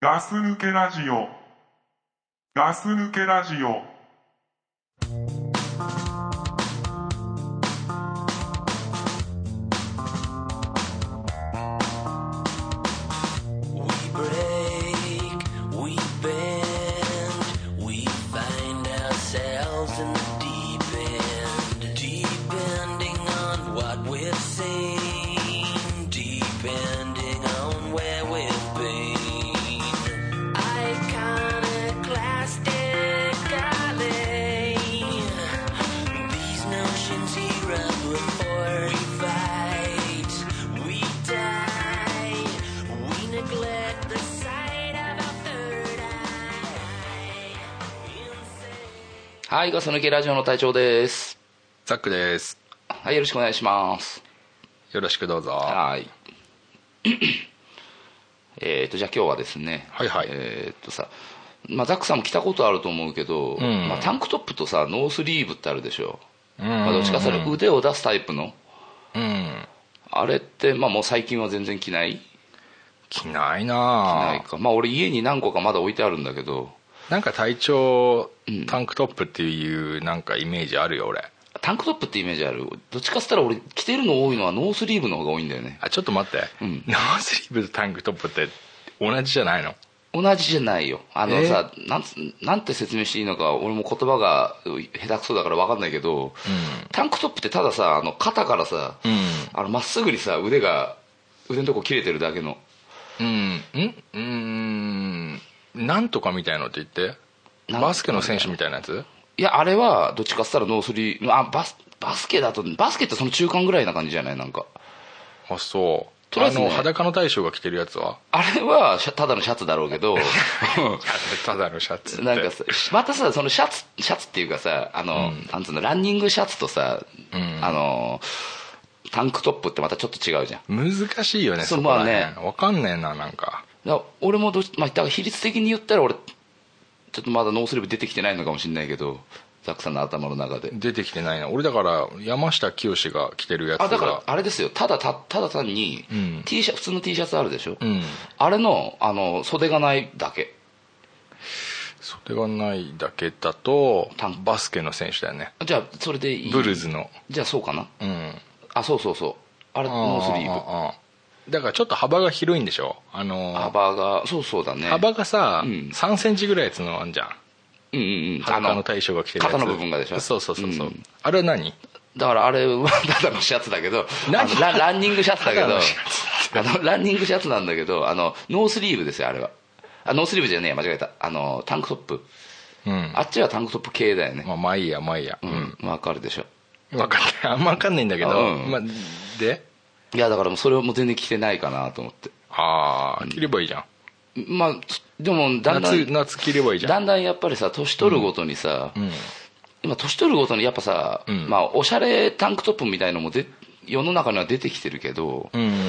ガス抜けラジオ。ガス抜けラジオ。 We break, we bend, we find ourselves in the deep end. Depending on what we've seen, depending on where we've been. Iconoclastic alley. These notions here up before we fight, we die, we neglect the sight of our third eye. Insane. はい、ガス抜けラジオの隊長です。ザックですはい、よろしくお願いします。よろしくどうぞははい。 えっと、じゃあ今日はですね、はいはいえっとさ、まあ、ザックさんも着たことあると思うけど、んまあ、タンクトップとさ、ノースリーブってあるでしょ。うんまあ、どっちかそれ腕を出すタイプの、うんあれって、まあ、もう最近は全然着ない着ない着なないぁか。まあ、俺家に何個かまだ置いてあるんだけど、なんか体調んタンクトップっていうなんかイメージあるよ俺タンクトップってイメージあるどっちかっつったら俺着てるの多いのはノースリーブの方が多いんだよね。あちょっと待って、うんノースリーブとタンクトップって同じじゃないの同じじゃないよあのさなんつなんて説明していいのか俺も言葉が下手くそだから分かんないけど、タンクトップってたださあの肩からさうんあのまっすぐにさ腕が腕のとこ切れてるだけのうんうんうんなんとかみたいのって言ってなんバスケの選手みたいなやついやあれはどっちかっつったらノースリーあバスバスケだとバスケってその中間ぐらいな感じじゃないなんかあそうとりあえずねの裸の大将が着てるやつはあれはシャただのシャツだろうけど ただのシャツってなんかさまたさそのシャツシャツっていうかさあの、なんつうのランニングシャツとさ、あのタンクトップってまたちょっと違うじゃん難しいよねそそうこら辺まあねわかんねえななんかだから俺もどうし、まあ、だから比率的に言ったら俺ちょっとまだノースリーブ出てきてないのかもしれないけどザックさんの頭の中で出てきてないな俺だから山下清が着てるやつがあだからあれですよただたただ単に、うん T シャツ普通の T シャツあるでしょ、うんあれのあの袖がないだけそれがないだけだとタンバスケの選手だよねじゃあそれでいいブルズのじゃあそうかなうんあそうそうそうあれノースリーブーブだからちょっと幅が広いんでしょあのー幅がそうそうだね幅がさ、うん3センチぐらいやつのあんじゃんうんうんうんあ裸の大将が着てるやつ肩の部分がでしょそうそうそうそう、うんあれは何だからあれはただのシャツだけどあ何のランランニングシャツだけどただのシあのランニングシャツなんだけどあのノースリーブですよあれはあノースリーブじゃねえ間違えたあのタンクトップうんあっちはタンクトップ系だよねまあまあいいやまあいいやううんん、わかるでしょ分かんない あんま分かんないんだけど、うんまあ、でいやだからもうそれをもう全然着てないかなと思ってああ着ればいいじゃんまあでもだんだ夏ん夏着ればいいじゃだんんだんやっぱりさ年取るごとにさ、うん今年取るごとにやっぱさ、うんまあ、おしゃれタンクトップみたいのもで世の中には出てきてるけど、うんうんうん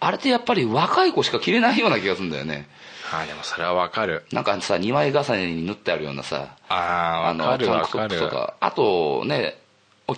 あれってやっぱり若い子しか着れないような気がするんだよねあーでもそれはわかるなんかさ2枚重ねに縫ってあるようなさああのわかるタンわクトかップるとかあとね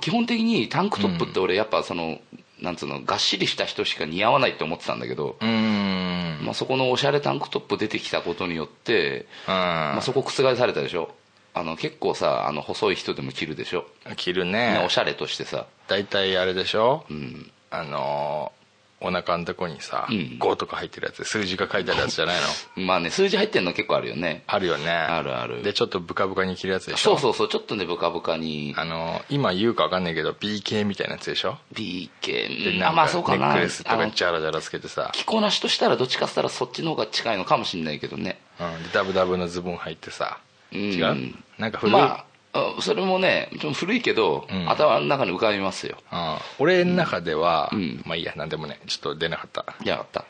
基本的にタンクトップって俺やっぱその、なんつうのがっしりした人しか似合わないって思ってたんだけど、うーんまあ、そこのおしゃれタンクトップ出てきたことによって、まあ、そこ覆されたでしょあの結構さあの細い人でも着るでしょ、うん着るねねおしゃれとしてさ大体あれでしょうんあのーお腹のとこにさうん5とか入ってるやつ数字が書いてあるやつじ ゃないのまあね数字入ってるの結構あるよねあるよねあるあるでちょっとブカブカに着るやつでしそょうそうそうちょっとねブカブカにあのー今言うかわかんないけど BK みたいなやつでしょ BK でうんなあんまあかそうかネなックレスとあのかジャラジャラつけてさ、着こなしとしたらどっちかっつったらそっちの方が近いのかもしれないけどねうん、でダブダブのズボン入ってさうん違うなんか古い、まああそれもねちょっと古いけど、うん頭の中に浮かびますようん、俺の中では、うんまあいいやなんでもねちょっと出なかったやがった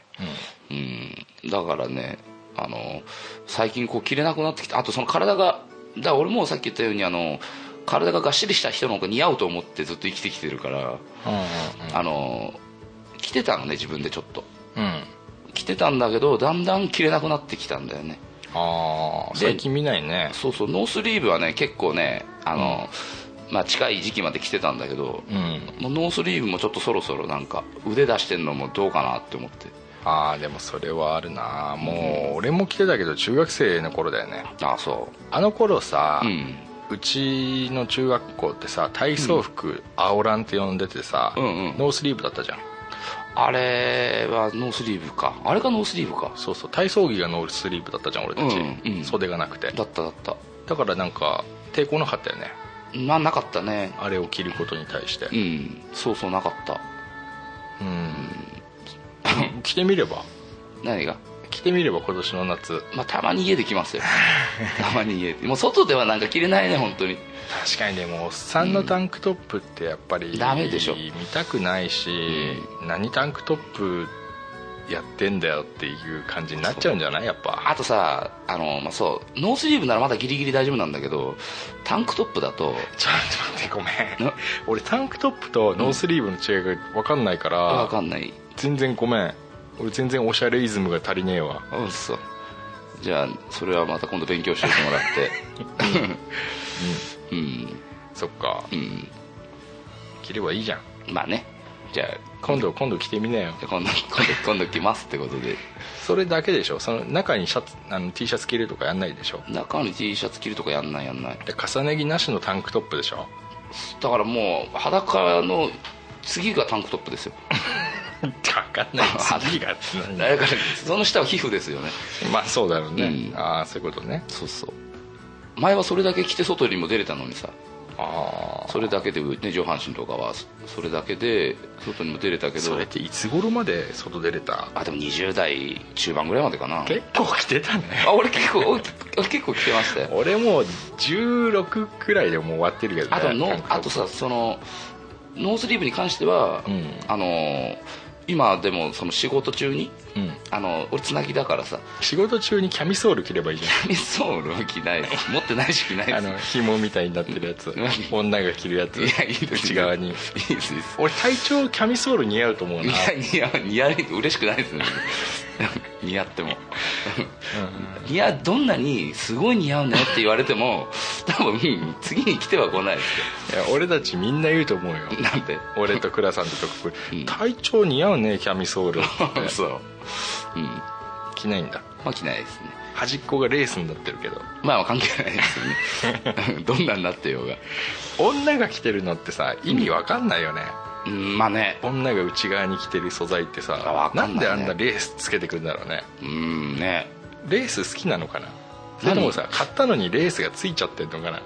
うんだからねあの最近こう着れなくなってきたあとその体がだから俺もさっき言ったようにあの体ががっしりした人の方が似合うと思ってずっと生きてきてるから、うんうんあの着てたのね自分でちょっとうんうん着てたんだけどだんだん着れなくなってきたんだよねああで最近見ないねそうそうノースリーブはね結構ねあの、まあ、近い時期まで着てたんだけどう、んもうノースリーブもちょっとそろそろなんか腕出してんのもどうかなって思ってああでもそれはあるなもう俺も来てたけど中学生の頃だよねあそあの頃さ、うううんちの中学校ってさ体操服青ランって呼んでてさ、うんうんノースリーブだったじゃんあれはノースリーブかあれがノースリーブかそうそう体操着がノースリーブだったじゃん俺たち、うんうん袖がなくてだっただっただからなんか抵抗なかったよねまあなかったねあれを着ることに対してうんそうそうなかったうん着てみれば何が着てみれば今年の夏まあたまに家で来 ますよたまに家でもう外ではなんか着れないね本当に確かにでもおっさんのタンクトップってやっぱり、ダメでしょ見たくないし、何タンクトップやってんだよっていう感じになっちゃうんじゃないやっぱあとさあの、まあ、そうノースリーブならまだギリギリ大丈夫なんだけどタンクトップだとちょっと待ってごめんな 俺タンクトップとノースリーブの違いが分かんないかわら、かんない全然ごめん俺全然おしゃれイズムが足りねえわうんそうじゃあそれはまた今度勉強しておいてもらってうんそっかうん着ればいいじゃんまあねじゃあ今度今度着てみなよじゃあ今度今度今度来ますってことでそれだけでしょその中にシャツあの T シャツ着るとかやんないでしょ中に T シャツ着るとかやんないやんないで重ね着なしのタンクトップでしょだからもう裸の次がタンクトップですよ分か んない次がだからその下は皮膚ですよねまあそうだろうね、うんああそういうことねそうそう前はそれだけ着て外にも出れたのにさああそれだけで、ね、上半身とかはそそれだけで外にも出れたけそどれっていつ頃まで外出れたあでも20代中盤ぐらいまでかな結構着てたねあ俺結構俺俺結構着てましたよ俺もう16くらいでもう終わってるけどねあとのタンクトップあとさそのノースリーブに関しては、うんあのー今でもその仕事中にうんあの俺つなぎだからさ仕事中にキャミソール着ればいいじキャミソールは着ない です持ってないし着ない ゃんあですの紐みたいになってるやつ何女が着るやついやいいです内側にいいですいいです俺体調キャミソール似合うと思うないや似合う似合う嬉しくないですね似合ってもいやどんなにすごい似合うねって言われても多分うん次に来ては来ないでいや俺たちみんな言うと思うよすよなんで俺と倉さんと特うんに体調似合うねキャミソールってそううんま着ないんだあ着ないですね端っこがレースになってるけどまあまあ関係ないですよ ねどんなになってようが女が着てるのってさ意味わかんないよね、うんまあね女が内側に着てる素材ってあわさかんないねんであんなレースつけてくるんだろうねうんねレース好きなのかなそれともさ買ったのにレースがついちゃってんのかな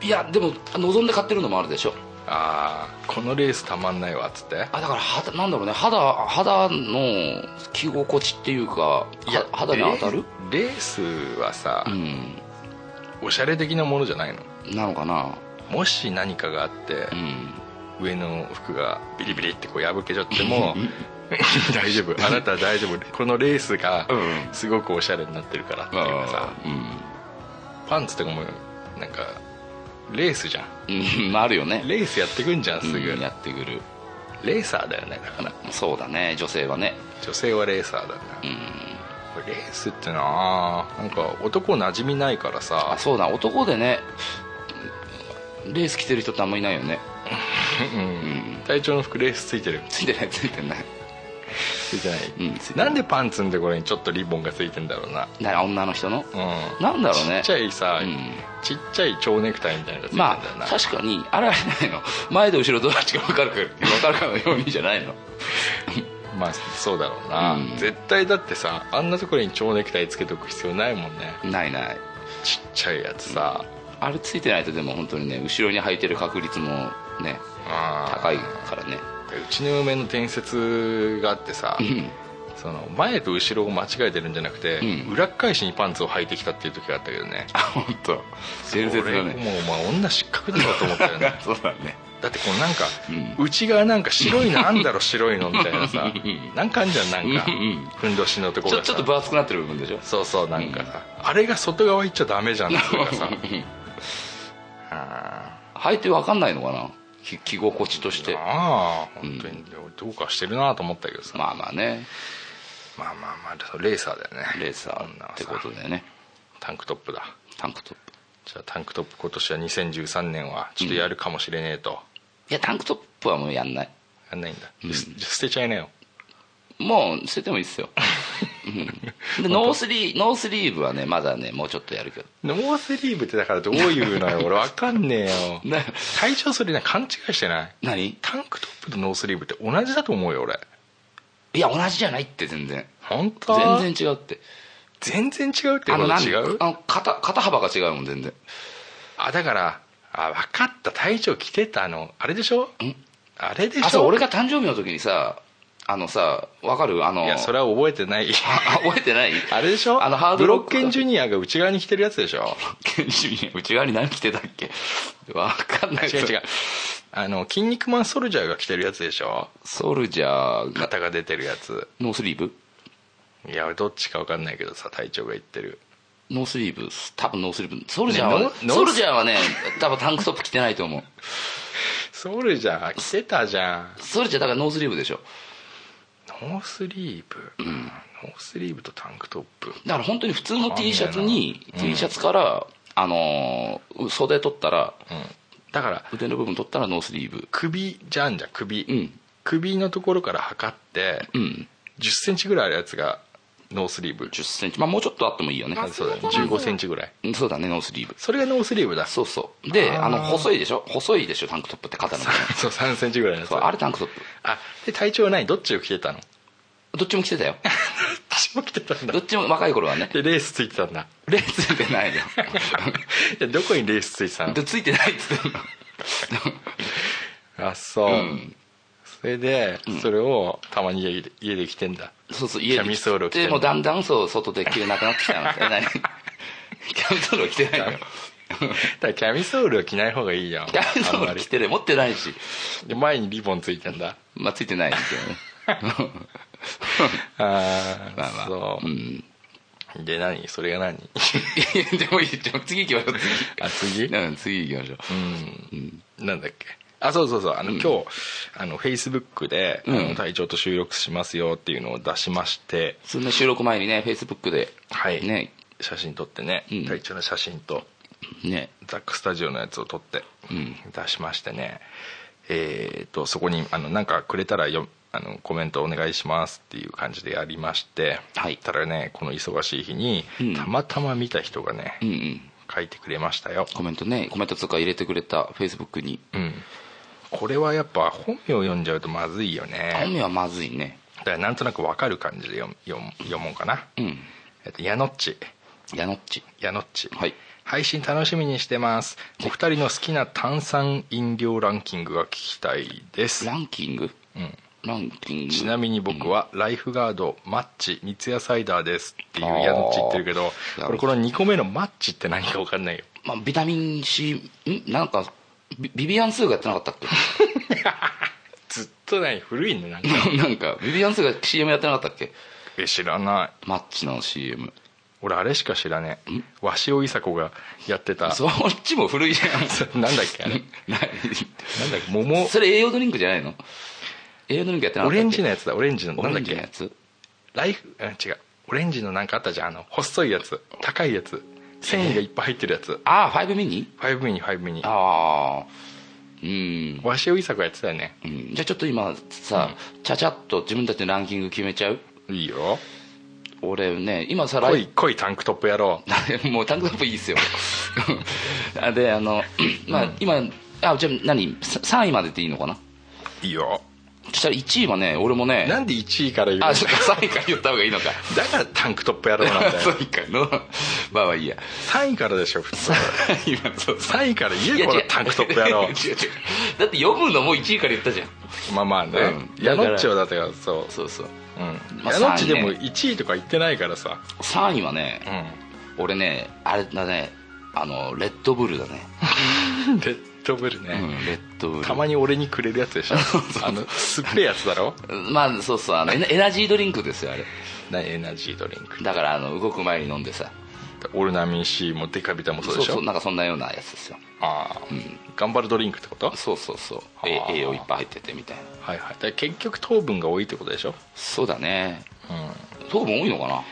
いやでも望んで買ってるのもあるでしょあーこのレースたまんないわっつってあだから肌なんだろうね肌肌の着心地っていうかは肌に当たるレーレースはさ、うんおしゃれ的なものじゃないのなのかなもし何かがあってう、ん上の服がビリビリってこう破けちゃっ ても大丈 夫あなたは大丈夫このレースがうんすごくおしゃれになってるからっていうかさ、うパンツとかもなんかレースじゃんん うん、あるよねレースやってくんじゃんすぐ、うんやってくるレーサーだよねだからそうだね女性はね女性はレーサーだね、うんこれレースってなあなんか男馴染みないからあさそうだ男でねレース着てる人ってあんまいないよねうん体調の服レースついてるついてないついてないついてない、うんついてなんでパンツんでこれにちょっとリボンがついてんだろうなだから女の人のうんなんだろうねちっちゃいさ、うんちっちゃい蝶ネクタイみたいなのがついてんだまよな、あ確かにあれあれじゃないの前と後ろどっちか分かるか分かるかのようにじゃないのまあそうだろうな、うん絶対だってさあんなところに蝶ネクタイつけとく必要ないもんねないないちっちゃいやつさ、あれついてないとでも本当にね後ろに履いてる確率もねあー高いからねうちの嫁の伝説があってさ、んその前と後ろを間違えてるんじゃなくて、うん裏っ返しにパンツを履いてきたっていう時があったけどねあ本当伝説だ俺もうねお前女失格だろと思ったよねそうだねだってこうなんか、う内側なんか白いのあんだろ白いのみたいなさんなんかあんじゃんなんかうんうんふんどしのとこちろょがちさょっと分厚くなってる部分でしょそうそうなんかさ、あれが外側行っちゃダメじゃんっていうかさあ履いて分かんないのかなき着心地としてあ本当にどうかしてるなと思ったけどさ、まあまあねまあまあまあレーサーだよねレーサ女ーっはさてことでねタンクトップだタンクトップじゃあタンクトップ今年は2013年はちょっとやるかもしれねえと、いやタンクトップはもうやんないやんないんだ、じゃ捨てちゃいなよもう捨ててもいいですよ、 うん、でノースリーノースリーブはねまだねもうちょっとやるけどノースリーブってだからどういうのよ俺わかんねえよな最初それね勘違いしてない何タンクトップとノースリーブって同じだと思うよ俺いや同じじゃないって全然本当全然違うって全然違うってあこのとなん違うあの肩肩幅が違うもん全然あだからあ分かった隊長着てたのあれでしょあれでしょあそう俺が誕生日の時にさあのさわかるあのいやそれは覚えてないあ覚えてないあれでしょ あのハードブロロッックケンジュニアが内側に着てるやつでしょケンジュニア内側に何着てたっけわかんない違う違うあの筋肉マンソルジャーが着てるやつでしょソルジャーが肩が出てるやつノースリーブいや俺どっちか分かんないけどさ隊長が言ってるノースリーブ多分ノースリーブソルジャーは、ねノーノースソルジャーはね多分タンクトップ着てないと思うソルジャー着てたじゃんソルジャーだからノースリーブでしょノースリーブ、ノースリーブとタンクトップだから本当に普通の T シャツにわかんないなうん T シャツから、あのー袖取ったらだから腕の部分取ったらノースリーブ首じゃんじゃん首、うん首のところから測ってうん1 0ンチぐらいあるやつがノースリーブ1 0ンチまあもうちょっとあってもいいよねあそうだね1 5ンチぐらいうんそうだねノースリーブそれがノースリーブだそうそうであーあの細いでしょ細いでしょタンクトップって肩の部分そう3センチぐらいのやつそうあれタンクトッあで体調は何どっちを着てたのどプどっっちも着て たよちも着てたんだどっちも若い頃はねでレースついてたんだレースでないよでどこにレースついてた のでついてないっつってんのあそう、うんそれで、それをたまに家で家で着てんだそうそう家キャミソールを着てでもうだんだんそう外で着れなくなってき たのえ何キャミソールを着てないよだからキャミソールを着ない方がいいよキャミソール着てる持ってないしで前にリボンついてんだまあついてないけどねあー、まあまあそうう、んで何それが何いや でもいいじゃん次行きましょうあ次次 うん次行きましょううん、なんだっけあそうそうそうあの、今日あのフェイスブックで、あうんの隊長と収録しますよっていうのを出しましてそんな収録前にねフェイスブックではいね写真撮ってね、うん隊長の写真とねザックスタジオのやつを撮って、うん出しましてねえー、とそこにあのなんかくれたらよあのコメントお願いしますっていう感じでやりまして、はいたらねこの忙しい日に、うんたまたま見た人がね、うんうん書いてくれましたよ、コメントねコメントとか入れてくれたフェイスブックにうん、これはやっぱ本名を読んじゃうとまずいよ本ね名はまずいねだからなんとなくわかる感じで読む読む読もうかな、うんえっと、ヤノッチ矢野っちヤノッチはい配信楽しみにしてますお二人の好きな炭酸飲料ランキングが聞きたいですランキングうんランキングちなみに僕はライフガードマッチ三ツ矢サイダーですっていうヤノッチ言ってるけどあー俺この2個目のマッチって何か分かんないよまあ、ビタミン C んなんかビビビアン2がやってなかったっ ずっとない古いねなんかけなんかビビアン2が CM やってなかったっけえ知らないマッチの CM 俺あれしか知らねえ鷲尾いさ子がやってたそっちも古いじゃ ん なんだっけあれ何なんだっけ桃それ栄養ドリンクじゃないの栄養ドリンクやってなか オったっけレンジのやつだオレンジのオなんレだっンジのやけつライフうん違うオレンジのなんかあったじゃんあの細いやつ高いやつ繊維がいっぱい入ってるやつああ5ミニ5ミニ5ミニああうん、鷲尾いさ子やってたよねうん、じゃあちょっと今さ、ちゃちゃっと自分たちのランキング決めちゃういいよ俺ね今さ濃い濃いタンクトップ野郎 もうタンクトップいいっすよあであ のまあ今あじゃあ何さ3位まででいいのかないいよそしたら1位はね俺もねなんで1位から言うのあちょっと3位から言った方がいいのかだからタンクトップ野郎なん だよ3位からのまあまあいいや 3位からでしょ普通今そうそう3位から言いえやこの違うタンクトップ野 違う郎違うだって読むのも1位から言ったじゃん まあまあねうん矢だから野っちはだってそうそうそううんまあ矢野っち三位でねも1位とか言ってないからさ3位はうねん俺ねあれだねあのレッドブルだね、レッドブルうね、ん、レッドブルたまに俺にくれるや つでしょあの酸っぱいやつだろまあそうそうあのエナエナジードリンクですよあれ何エナジードリンクだからあの動く前に飲んでさオルナミン C もデカビタもそうそうでしょそうなんかそんなようなやつですよああ、頑張るドリンクってことそうそうそうあえー栄養いっぱい入っててみたいなはいはいだから結局糖分が多いってことでしょ、そうだねうん、糖分多いのかな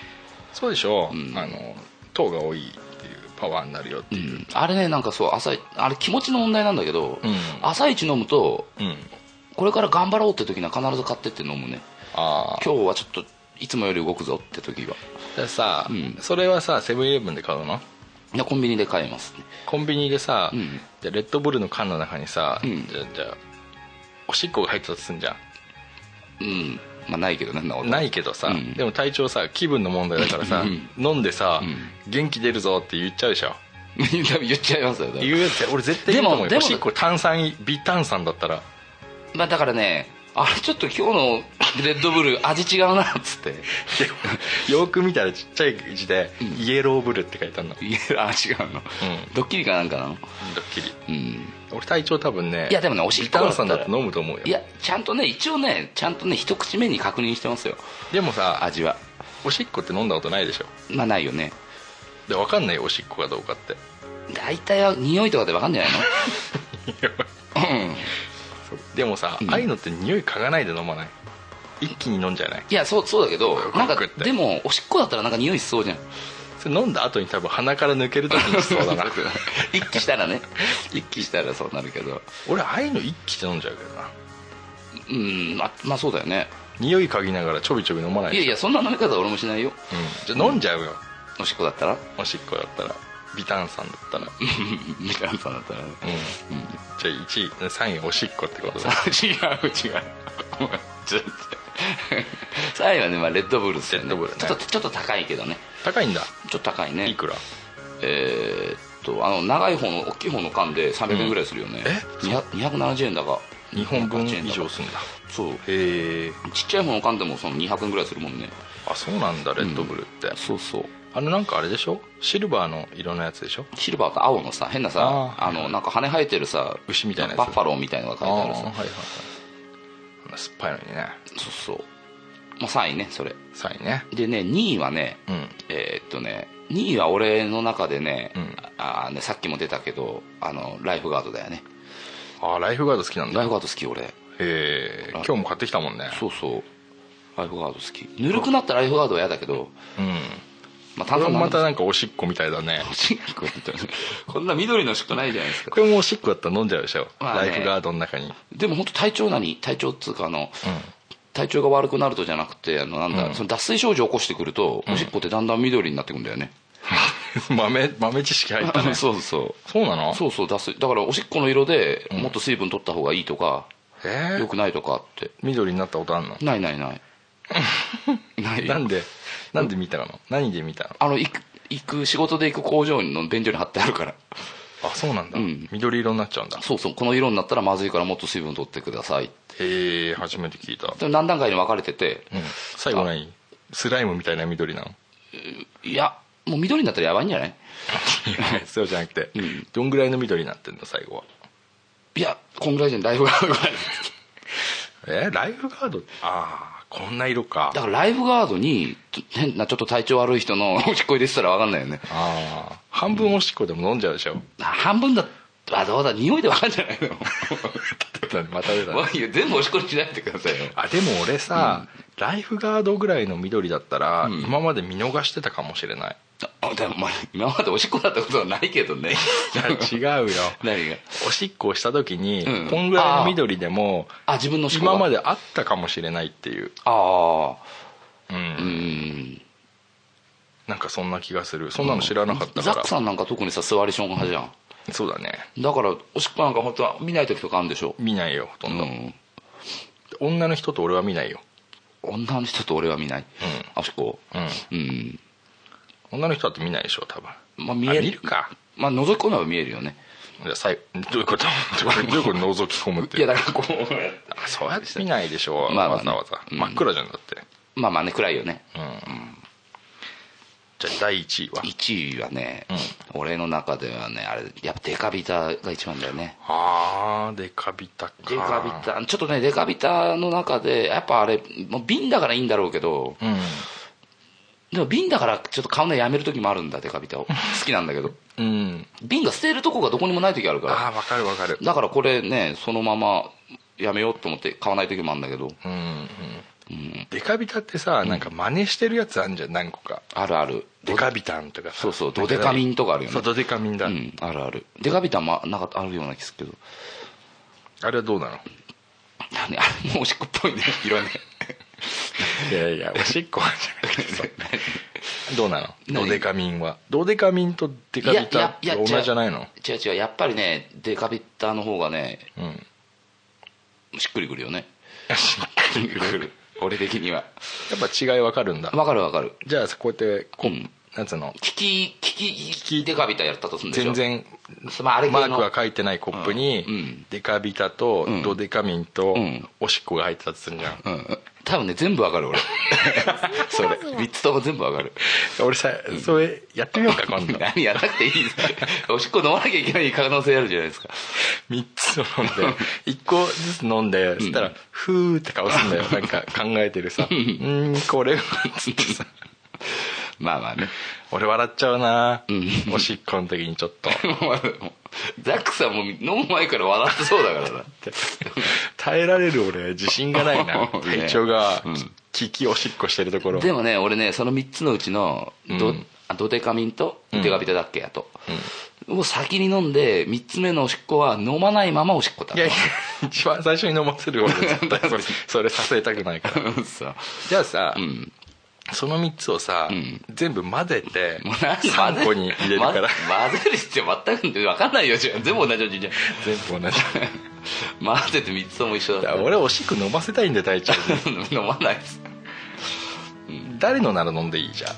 そうでしょ、んあの糖が多いっていうパワーになるよってういう、んあれねなんかそう朝いあれ気持ちの問題なんだけど、うん朝一飲むとうんこれから頑張ろうって時には必ず買ってって飲むねあああ今日はちょっといつもより動くぞって時はじゃあさ、うんそれはさセブンイレブンで買うのでコンビニで買えますねコンビニでさ、うんじゃあレッドブルの缶の中にさ、うんじゃあじゃあおしっこが入ってたとすんじゃうんまあないけどねなんなこんとないけどさ、うんでも体調さ気分の問題だからさ、うん飲んでさ、う元気出るぞって言っちゃうでしょ 言っちゃいますよね言うやつ俺絶対言うと思うでよもおしっこ炭酸微炭酸だったらまあだからねあれちょっと今日のレッドブル味違うなっつって でよく見たらちっちゃい字で「イエローブル」って書いてあるのいやあ違うの、んドッキリかなんかなのドッキリうん俺体調多分ねいやでもねおしっ微こだっ炭た酸らだと飲むと思うよいやちゃんとね一応ねちゃんとね一口目に確認してますよでもさ味はおしっこって飲んだことないでしょまあないよねで分かんないよおしっこがどうかって大体は匂いとかで分かんじゃ ないのうんでもさ、うんああいうのって匂い嗅がないで飲まない一気に飲んじゃないいやそうそうだけどうんなんか食ってでもおしっこだったらなんか匂いしそうじゃんそれ飲んだ後に多分鼻から抜ける時にしそうだな 一気したらね一気したらそうなるけど俺ああいうの一気で飲んじゃうけどなうんまあまあそうだよね匂い嗅ぎながらちょびちょび飲まないいでやしいやそんな飲み方は俺もしないよょうん、じゃあ飲んじゃうよ、おしっこだったら おしっこだったら微炭酸だったらうんみたいなさんだったらねじゃあ1位3位おしっこってことだ違う 違うもうちょっと3位はね、まあ、レッドブルっすよねレッドブルねちょっとちょっと高いけどね高いんだちょっと高いねいくらえーっとあの長い方の大きい方の缶で300円ぐらいするよね、うん200 270円だか2本分以280円上だかすんだそうへえちっちゃい方の缶でもその200円ぐらいするもんねあそうなんだレッドブルって、そうそうあのなんかあれでしょシルバーの色のやつでしょシルバーと青のさ変なさああーのなんか羽生えてるさ牛みたいなやつバッファローみたいのが書いてあるはいさはいはいあんな酸っぱいのにねそうそう、まあ、3位ねそれ3位ねでね2位はねうんえーっとね2位は俺の中でね,、うんああーねさっきも出たけどあのライフガードだよねあーライフガード好きなんだライへフガード好き俺え今日も買ってきたもんねそうそうライフガード好きぬるくなったライフガードは嫌だけど、うんまあ、こ炭れ酸も飲まんでたなんかおしっこみたいだね欲しい なこれみたいなこんな緑のしかないじゃないですかこれもおしっこだったら飲んじゃうでしょ、まあねライフガードの中に でも本当体調何体調っつうかあの、体調が悪くなるとじゃなくてあのなんだ、うんその脱水症状起こしてくると、おしっこってだんだん緑になってくんだよね、うん豆豆知識入ったねそうそう そうなのそうそう脱水だからおしっこの色でもっと水分取った方がいいとか、え良ーよくないとかって緑になったことあんのないないない ないなんでなんで見たの何で見たのあの行く行く仕事で行く工場の便所に貼ってあるからあそうなんだ、うん緑色になっちゃうんだそうそうこの色になったらまずいからもっと水分取ってくださいへえ初めて聞いた、でも何段階に分かれてて、うん、最後何スライムみたいな緑なのいやもう緑になったらやばいんじゃない そうじゃなくて、うんどんぐらいの緑になってんの最後はいやこんぐらいじゃんライフガードぐらいえーライフガードああこんな色かだからライフガードにちょ 変なちょっと体調悪い人の おしっこ入れてたら分かんないよねああ半分おしっこでも飲んじゃう でしょ、あ半分だあどうだ匂いで分かんじゃないの また出たねいや全部おしっこにしないでくださいよあでも俺さ、ライフガードぐらいの緑だったら、ん今まで見逃してたかもしれないあでもまあ今までおしっこだったことはないけど ね違うよ 何がおしっこをした時に、うんこんぐらいの緑でもあ自分のおしっこが今まであったかもしれないっていう、あうんあうんなんかそんな気がするそんなの知らなかったザかッらク、さんなんか特にさ座りション派じゃんそうだねだからおしっこなんか本当は見ない時とかあるんでしょ見ないよほとうんど、ん女の人と俺は見ないよ、女の人と俺は見ない、うおしっこうん、うん女の人だって見ないでしょ多分まあ見えるあ見るかまあ覗き込めば見えるよねじゃあ最後どういうことどういうこと覗き込むっていやだからこうやってあそうやって見ないでしょ、まあまあわざわざ、うん真っ暗じゃんだって まあまあね暗いよねじゃあ第1位は1位はね、俺の中ではねあれやっぱデカビタが一番だよねあーデカビタかデカビタちょっとねデカビタの中でやっぱあれもう瓶だからいいんだろうけどうんでも瓶だからちょっと買うのやめる時もあるんだデカビ タを好きなんだけどうん瓶が捨てるとこがどこにもない時あるからああわかるわかるだからこれねそのままやめようと思って買わない時もあるんだけどうんうんデカビタってさなんか真似してるやつあんじゃん何個かあるあるデカビタンとかさそうそうドデカミンとかあるよねそうドデカミンだ、うんあるあるデカビタもなんかあるような気するけどあれはどうなの 何あれもうおしっこっぽいね色ねいやいやおしっこはじゃな くてさどうなのドデカミンはドデカミンとデカビタって同じじゃないの違う違うやっぱりねデカビッターの方がねうんしっくりくるよね しっくりくる俺的にはやっぱ違いわかるんだわかるわかるじゃあこうやってこう、うんなんつうの聞き聞きデカビターやったとするんでしょ全然まああれ系マのークが書いてないコップに、うんうんデカビタとんドデカミンとうんおしっこが入ってたとするじゃん、うん多分ね全部わか る俺それ3つとも全部わかる俺さそれやってみようか今 度何やらなくていいですおしっこ飲まなきゃいけない可能性あるじゃないです か3つを飲ん で1個ずつ飲んでそしたらフーって顔すんだよなんか考えてるさ「うーんこれは」つ ってさまあまあね俺笑っちゃうなうんおしっこの時にちょっともう ザックさんも飲む前から笑ってそうだからな耐えられる俺自信が ないなね体調がうんき ききおしっこしてると ころでもね俺ねその3つのうちのド,、うんあドデカミンとうんデカビタだっけやと、を先に飲んで3つ目のおしっこは飲まないままおしっこだいやいや一番最初に飲ませる俺絶対 それそれさせたくないからさじゃあさうんその3つをさん全部混ぜてもう何3個に入れるか混らぜ混ぜる必要全く分かんないよじゃあ全部同じ味じゃん 全部同じ混ぜて3つとも一緒だだかっらた俺おしっこ飲ませたいんで体調に 飲まないです、誰のなら飲んでいいじゃん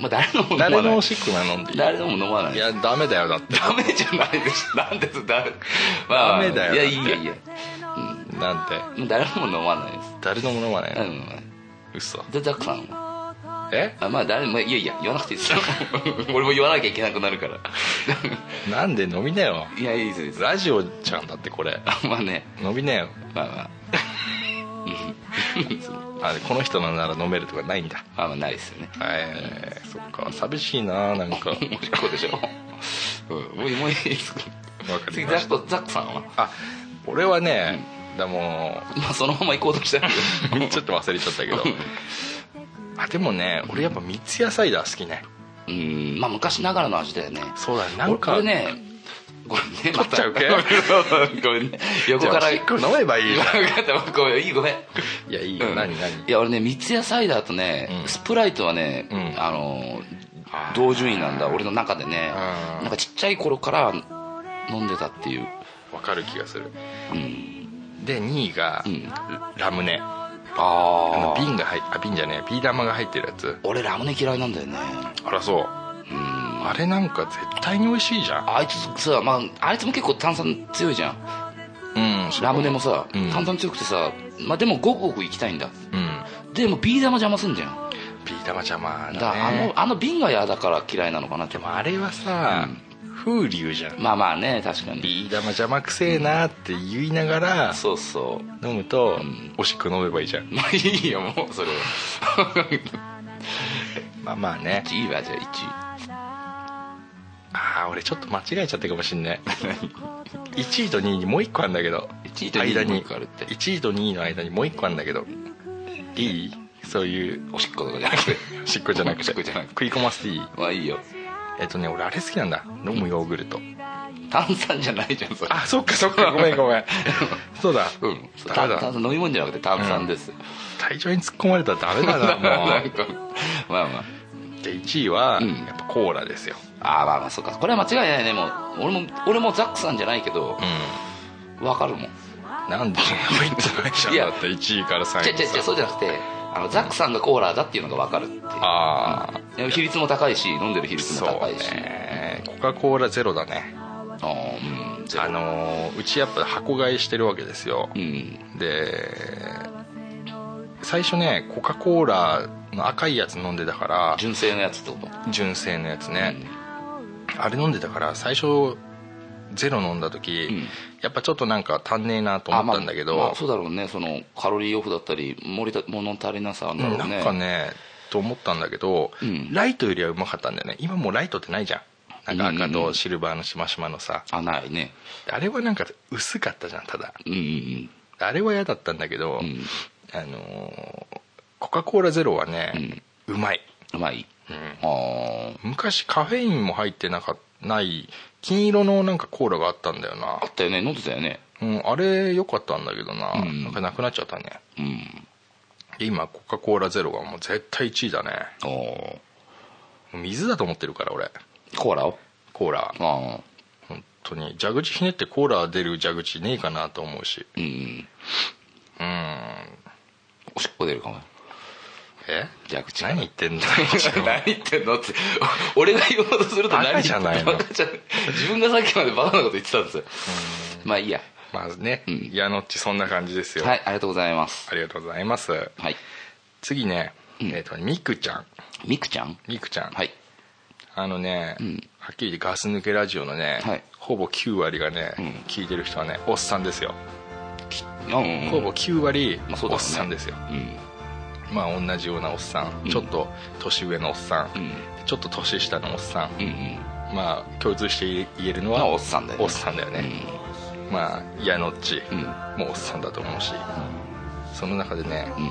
まあ、誰のも飲まない誰のおしっこなら飲んでいい誰のも飲まないいやダメだよだってダメじゃないでしょなんでだ、まダメだよいやいいやいいやなんて誰も飲まないです誰のも飲まな誰もい飲まない嘘でザックさんはえあまあ誰もいやいや言わなくていいですよ 俺も言わなきゃいけなくなるからなんで飲みなよ いやいいですいいですラジオじゃんだってこれあまあね飲みなよまあまああこの人のなら飲めるとかないんだまあまあないですよねえー、そっか寂しいななんかわかおしっこでしょうんもうもういいですり次ザましッたクザックさんはあ俺はね、だ もまあそのまま行こうとしたけうちょっと忘れちゃったけどあでもね俺やっぱ三つ野菜だ好きねどうんまあ昔ながらの味だよねそうだねなんかこれねこれねまた取っちゃうけごめんね横からじゃあおしっこ飲めばいいじゃん分かったごめんいいごめん いやいいよ、うん何何いや俺ね三ツ矢サイダーとね、うんスプライトはね、うんあの同順位なんだ俺の中でねうんなんかちっちゃい頃から飲んでたっていうわかる気がするうんで2位が、うんラムネあのああ瓶が入っあ瓶じゃねえビー玉が入ってるやつ俺ラムネ嫌いなんだよねあらそううんあれなんか絶対に美味しいじゃんあいつさ、まあ、あいつも結構炭酸強いじゃんうんそうラムネもさ、うん炭酸強くてさ、まあ、でもごくごく行きたいんだうんでもビー玉邪魔すんじゃんビー玉邪魔だねだからあのあの瓶が嫌だから嫌いなのかなってでもあれはさ、風流じゃんまあまあね確かにビー玉邪魔くせえなって言いながらそうそう飲むと、んおしっこ飲めばいいじゃんまあいいよもうそれはまあまあねいいわじゃあああ俺ちょっと間違えちゃったかもしん ない1位と2位にもう1個あるんだけど1位と2位にもう一個あるって1位と2位の間にもう1個あるんだけどいいそういう1おしっことかじゃなくておしっこじゃなくおてしっこじゃなくて食い込ませていいまあいいよえっとね俺あれ好きなんだ飲むヨーグルト炭酸じゃないじゃんそれあそっかそっかごめんごめん そうだうんダ炭メだ炭酸飲み物じゃなくて炭酸です、体調に突っ込まれたらダメだな なもんかまあまあうで1位はうんやっぱコーラですよあーまあまあそうかこれは間違いないねもう俺も俺もザックさんじゃないけどうわかるもんんなん でそんなこと言ってないじゃんいやだって1位から3位違う違う違うそうじゃなくてあのザックさんがコーラだっていうのがわかるっていうああでも比率も高いし飲んでる比率もそ高ういしねコカ・コーラゼロだねあーうんゼロあのーうちやっぱ箱買いしてるわけですようんで最初ねコカ・コーラの赤いやつ飲んでたから純正のやつってこと純正のやつね、あれ飲んでたから最初ゼロ飲んだ時、うんやっぱちょっとなんか足んねえなと思ったんだけあど、まあまあそうだろうねそのカロリーオフだったり盛りた物足りなさなんだろうねなんかねと思ったんだけど、うんライトよりはうまかったんだよね今もうライトってないじゃんなんか赤とシルバーのしましまのさ、あないねあれはなんか薄かったじゃんただうんうんあれは嫌だったんだけど、うんあのーコカ・コーラゼロはね、うまい、うんうまいうんああ昔カフェインも入ってなかない金色のなんかコーラがあったんだよなあ、ったよね飲んでたよねうん、あれ良かったんだけどな、うんなんかなくなっちゃったねうん今コカ・コーラゼロがもう絶対1位だねおおもう水だと思ってるから俺ーコーラをコーラああ本当に蛇口ひねってコーラ出る蛇口ねえかなと思うしうんうーんおしっこ出るかもよえ蛇口から何言ってんだ 何言ってんのってお俺が言おうとするとバカ何じゃないのバカじゃない自分がさっきまでバカなこと言ってたんですよまあいいやまあね、ん矢野っちそんな感じですよ、はいありがとうございますありがとうございますはい次ね、うんえっ、とみくちゃんみくちゃんみくちゃん、はいあのね、んはっきり言ってガス抜けラジオのね、はいほぼ9割がね、うん聞いてる人はねおっさんですよ、うんうんほぼ9割、まあそうだろうねおっさんですようんまあ同じようなおっさん、うんちょっと年上のおっさん、うんちょっと年下のおっさん、うんうんまあ共通して言えるのまはあおっさんだよねおっさんだよね、まあ矢野っちうんもうおっさんだと思うし、その中でね、うん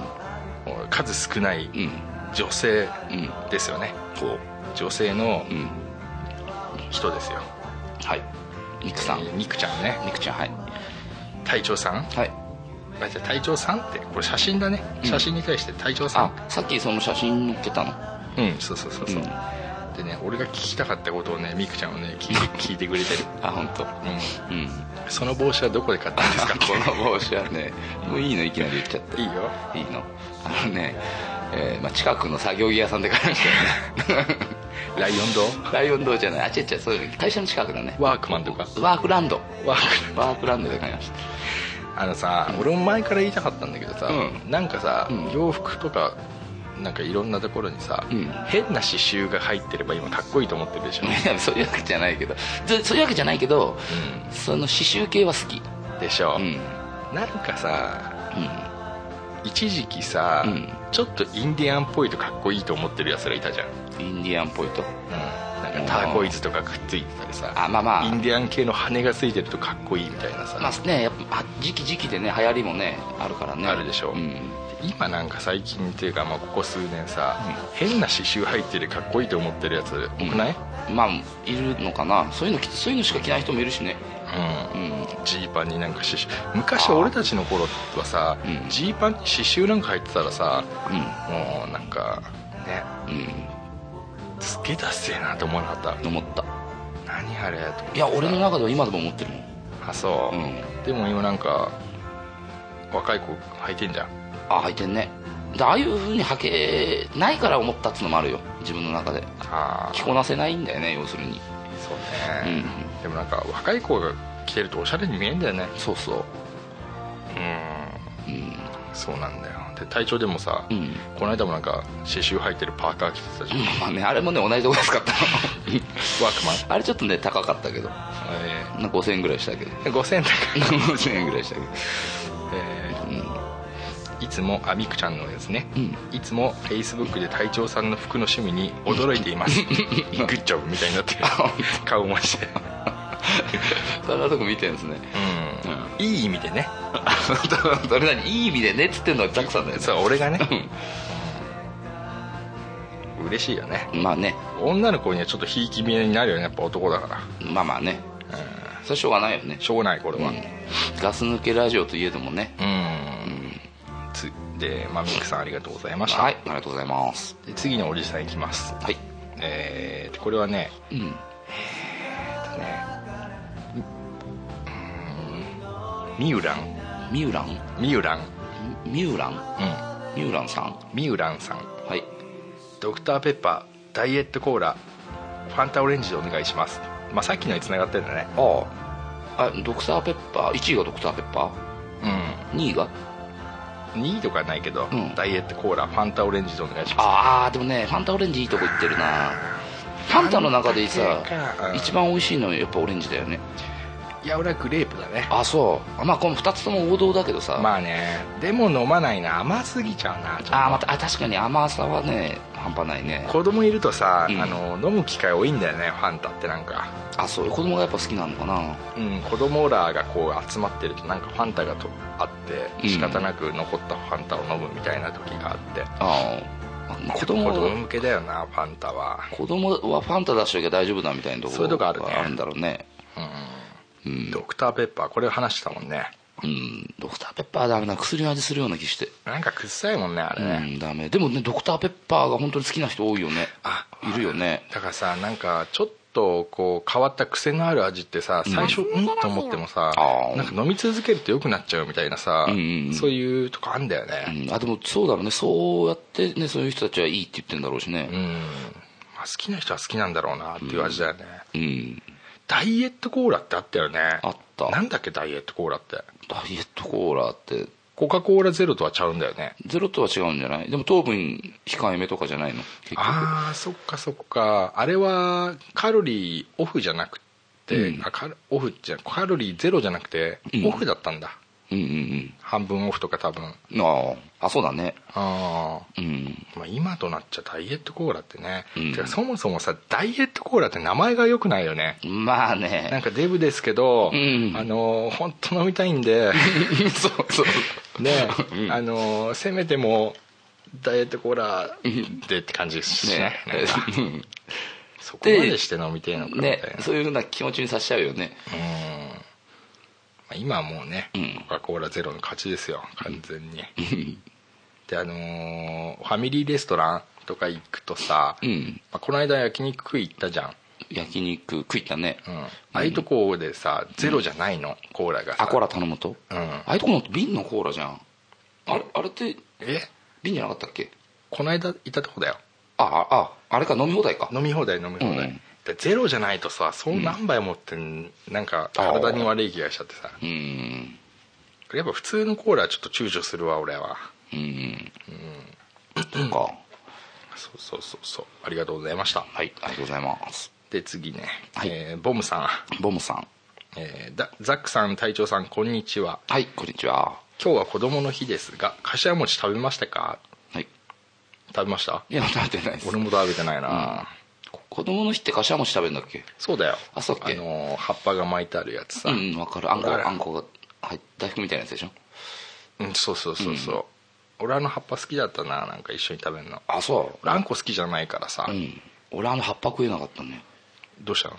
もう数少ないうん女性うんですよね、こう女性のうん人ですよ、はいみくさんえーみくちゃんねみくちゃんはい隊長さんはいあじゃあ隊長さんってこれ写真だねん写真に対して隊長さんあさっきその写真載ってたのうん、そうそうそうそう、うんでね俺が聞きたかったことをねみくちゃんをね聞い て聞いてくれてるあ本当。うんうんその帽子はどこで買ったんですかこの帽子はねもういいのいきなり言っちゃっていいよいいのあのね、えーまあ、近くの作業着屋さんで買いましたよ ねライオンライオン堂じゃないあ違う違うそういう会社の近くだね堂ワークマンとかワークランドワーワークランドで買いましたクあのさ、俺も前から言いたかったんだけどさ、うなんかさ、うん洋服とかなんかいろんなところにさ、うん変な刺繍が入ってれば今かっこいいと思ってる でしょ、いやそういうわけじゃないけどずそういうわけじゃないけどその刺繍系は好きうん、でしょ、うんなんかさう一時期さ、うんちょっとインディアンっぽいとかっこいいと思ってるやつらいたじゃんん、インディアンっぽいとなんかターコイズとかくっついてたりさあまあまあインディアン系の羽がついてるとかっこいいみたいなさ、まあねやっぱあ時期時期でね流行りもねあるからねあるでしょうん今なんか最近っていうか、まあ、ここ数年さ、変な刺繍入ってるかっこいいと思ってるやつ多くない、うんまあいるのかなそういうの着てそういうのしか着ない人もいるしねうんジーパンになんか刺繍昔俺たちの頃はさうんジー、パンに刺繍なんか入ってたらさうもうなんかねんうんすげえダッセーなと思わなかった思った何あれと思ってさいや俺の中では今でも思ってるもんあそう、うんでも今なんか若い子履いてんじゃんあ履いてんねでああいう風に履けないから思ったっつうのもあるよ自分の中でああ着こなせないんだよね要するにそうね、でもなんか若い子が着てるとおしゃれに見えんだよねそうそううんうんそうなんだよで体調でもさ、うんこの間もなんか刺繍入ってるパーカー着てたじゃん、まあねあれもね同じとこ安かったの ワークマンあれちょっとね高かったけどえなんか5000円ぐらいしたけど ー5000円だか5000円ぐらいしたけどら、えーいつもあみくちゃんのですね、うんいつも Facebook で隊長さんの服の趣味に驚いています グッジョブみたいになってる顔もしてそんなとこ見てるんですねううんんいい意味でねそれ何いい意味でねっつってんのはザクさんだよねそう俺がね嬉しいよねまあね女の子にはちょっとひいき目になるよねやっぱ男だからまあまあねそれはしょうがないよねしょうがないこれはうん、ガス抜けラジオといえどもねつで、まあ、ミクさんありがとうございました、はいありがとうございますで次のおじさんいきますはいえー、これはねうんえっとねうんミューランミューランミューランミューランうミんューランさんミューランさんはいドクターペッパーダイエットコーラファンタオレンジでお願いしますまあさっきのにつながってるんだねああドクターペッパー1位がドクターペッパうー2位がん2位とかないけど、うんダイエットコーラファンタオレンジでお願いしますああでもねファンタオレンジいいとこ行ってるなファンタの中でさファンタかうん一番美味しいのはやっぱオレンジだよねいや俺はグレープだねあそうまあこの2つとも王道だけどさ、まあねでも飲まないな甘すぎちゃうなちょっとあーまたあ確かに甘さはね半端ないね子供いるとさ、うんあの飲む機会多いんだよねファンタってなんか、あそう子供がやっぱ好きなのかなうん、子供らがこう集まってるとなんかファンタがとあってうん仕方なく残ったファンタを飲むみたいな時があって、あー子供子供は向けだよなファンタは子供はファンタ出しときゃ大丈夫だみたいなところそういうとこあるねがあるんだろうねドクターペッパーこれ話したもんねうんドクターペッパーはダメな薬の味するような気してなんかくっさいもんねあうれね、んダメでもねドクターペッパーが本当に好きな人多いよねあいるよねだからさなんかちょっとこう変わった癖のある味ってさ最初うんと思ってもさあーなんか飲み続けると良くなっちゃうみたいなさうんうんうんそういうとこあんだようねんあでもそうだろうねそうやってねそういう人たちはいいって言ってんだろうしうんね、まあ好きな人は好きなんだろうなっていう味だよねうんダイエットコーラってあったよねあったなんだっけダイエットコーラってダイエットコーラってコカ・コーラゼロとはちゃうんだよねゼロとは違うんじゃないでも糖分控えめとかじゃないの結局ああそっかそっかあれはカロリーオフじゃなくうて、んあカロオフじゃカロリーゼロじゃなくてうんオフだったんだ、うんうん半分オフとか多分うんあああそうだねああうんまあ、今となっちゃダイエットコーラってね、うんてかそもそもさダイエットコーラって名前が良くないよねまあなんねかデブですけど、うんあのー本当飲みたいんで そうそうね、うんあのーせめてもダイエットコーラでって感じですしねねなんか そこまでして飲みてえのかみたいねな、そういうふうな気持ちにさせちゃうよねうんまあ今はもうね、うんコカ・コーラゼロの勝ちですよ完全に、であのーファミリーレストランとか行くとさ、うんまあ、この間焼肉食い行ったじゃん、焼肉食いったね、うん、ああいうとこでさゼロじゃないの、コーラがさあコーラ頼むと、うんああいうとこの瓶のコーラじゃんあれあれってえ瓶じゃなかったっけこの間行ったとこだよああああれか飲み放題か飲み放題飲み放題、うんでゼロじゃないとさそう何杯もってなんか体に悪い気がしちゃってさうんやっぱ普通のコーラはちょっと躊躇するわ俺はうんそうかそうそうそうそうありがとうございましたはいありがとうございますで次ね、はいえーボムさん、ボムさんえーだザックさん隊長さんこんにちははいこんにちは今日は子供の日ですが柏餅食べましたかはい食べましたいや食べてないです俺も食べてないな、子供の日って柏餅食べるんだっけそうだよあそうっけのー葉っぱが巻いてあるやつさ、うんわかるあんこわかるあんこがはい大福みたいなやつでしょうんそうそうそうそう、俺あの葉っぱ好きだったななんか一緒に食べるのあそ俺あんこ好きじゃないからさ、うん俺あの葉っぱ食えなかったねどうしたの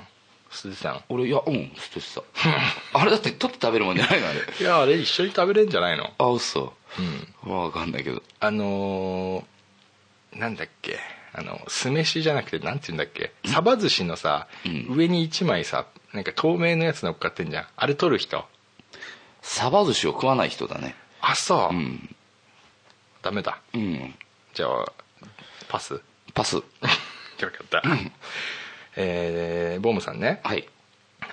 捨ててたの俺いやうん捨 ててたあれだって取って食べるもんじゃないのあれいやあれ一緒に食べれんじゃないのあ嘘うんわかんないけどあのーなんだっけあの酢飯じゃなくてなんて言うんだっけサバ寿司のさ、うん上に一枚さなんか透明のやつ乗っかってんじゃんあれ取る人サバ寿司を食わない人だねあそう、うんダメだうんじゃあパスよパスかったえー、ボムさん ねはい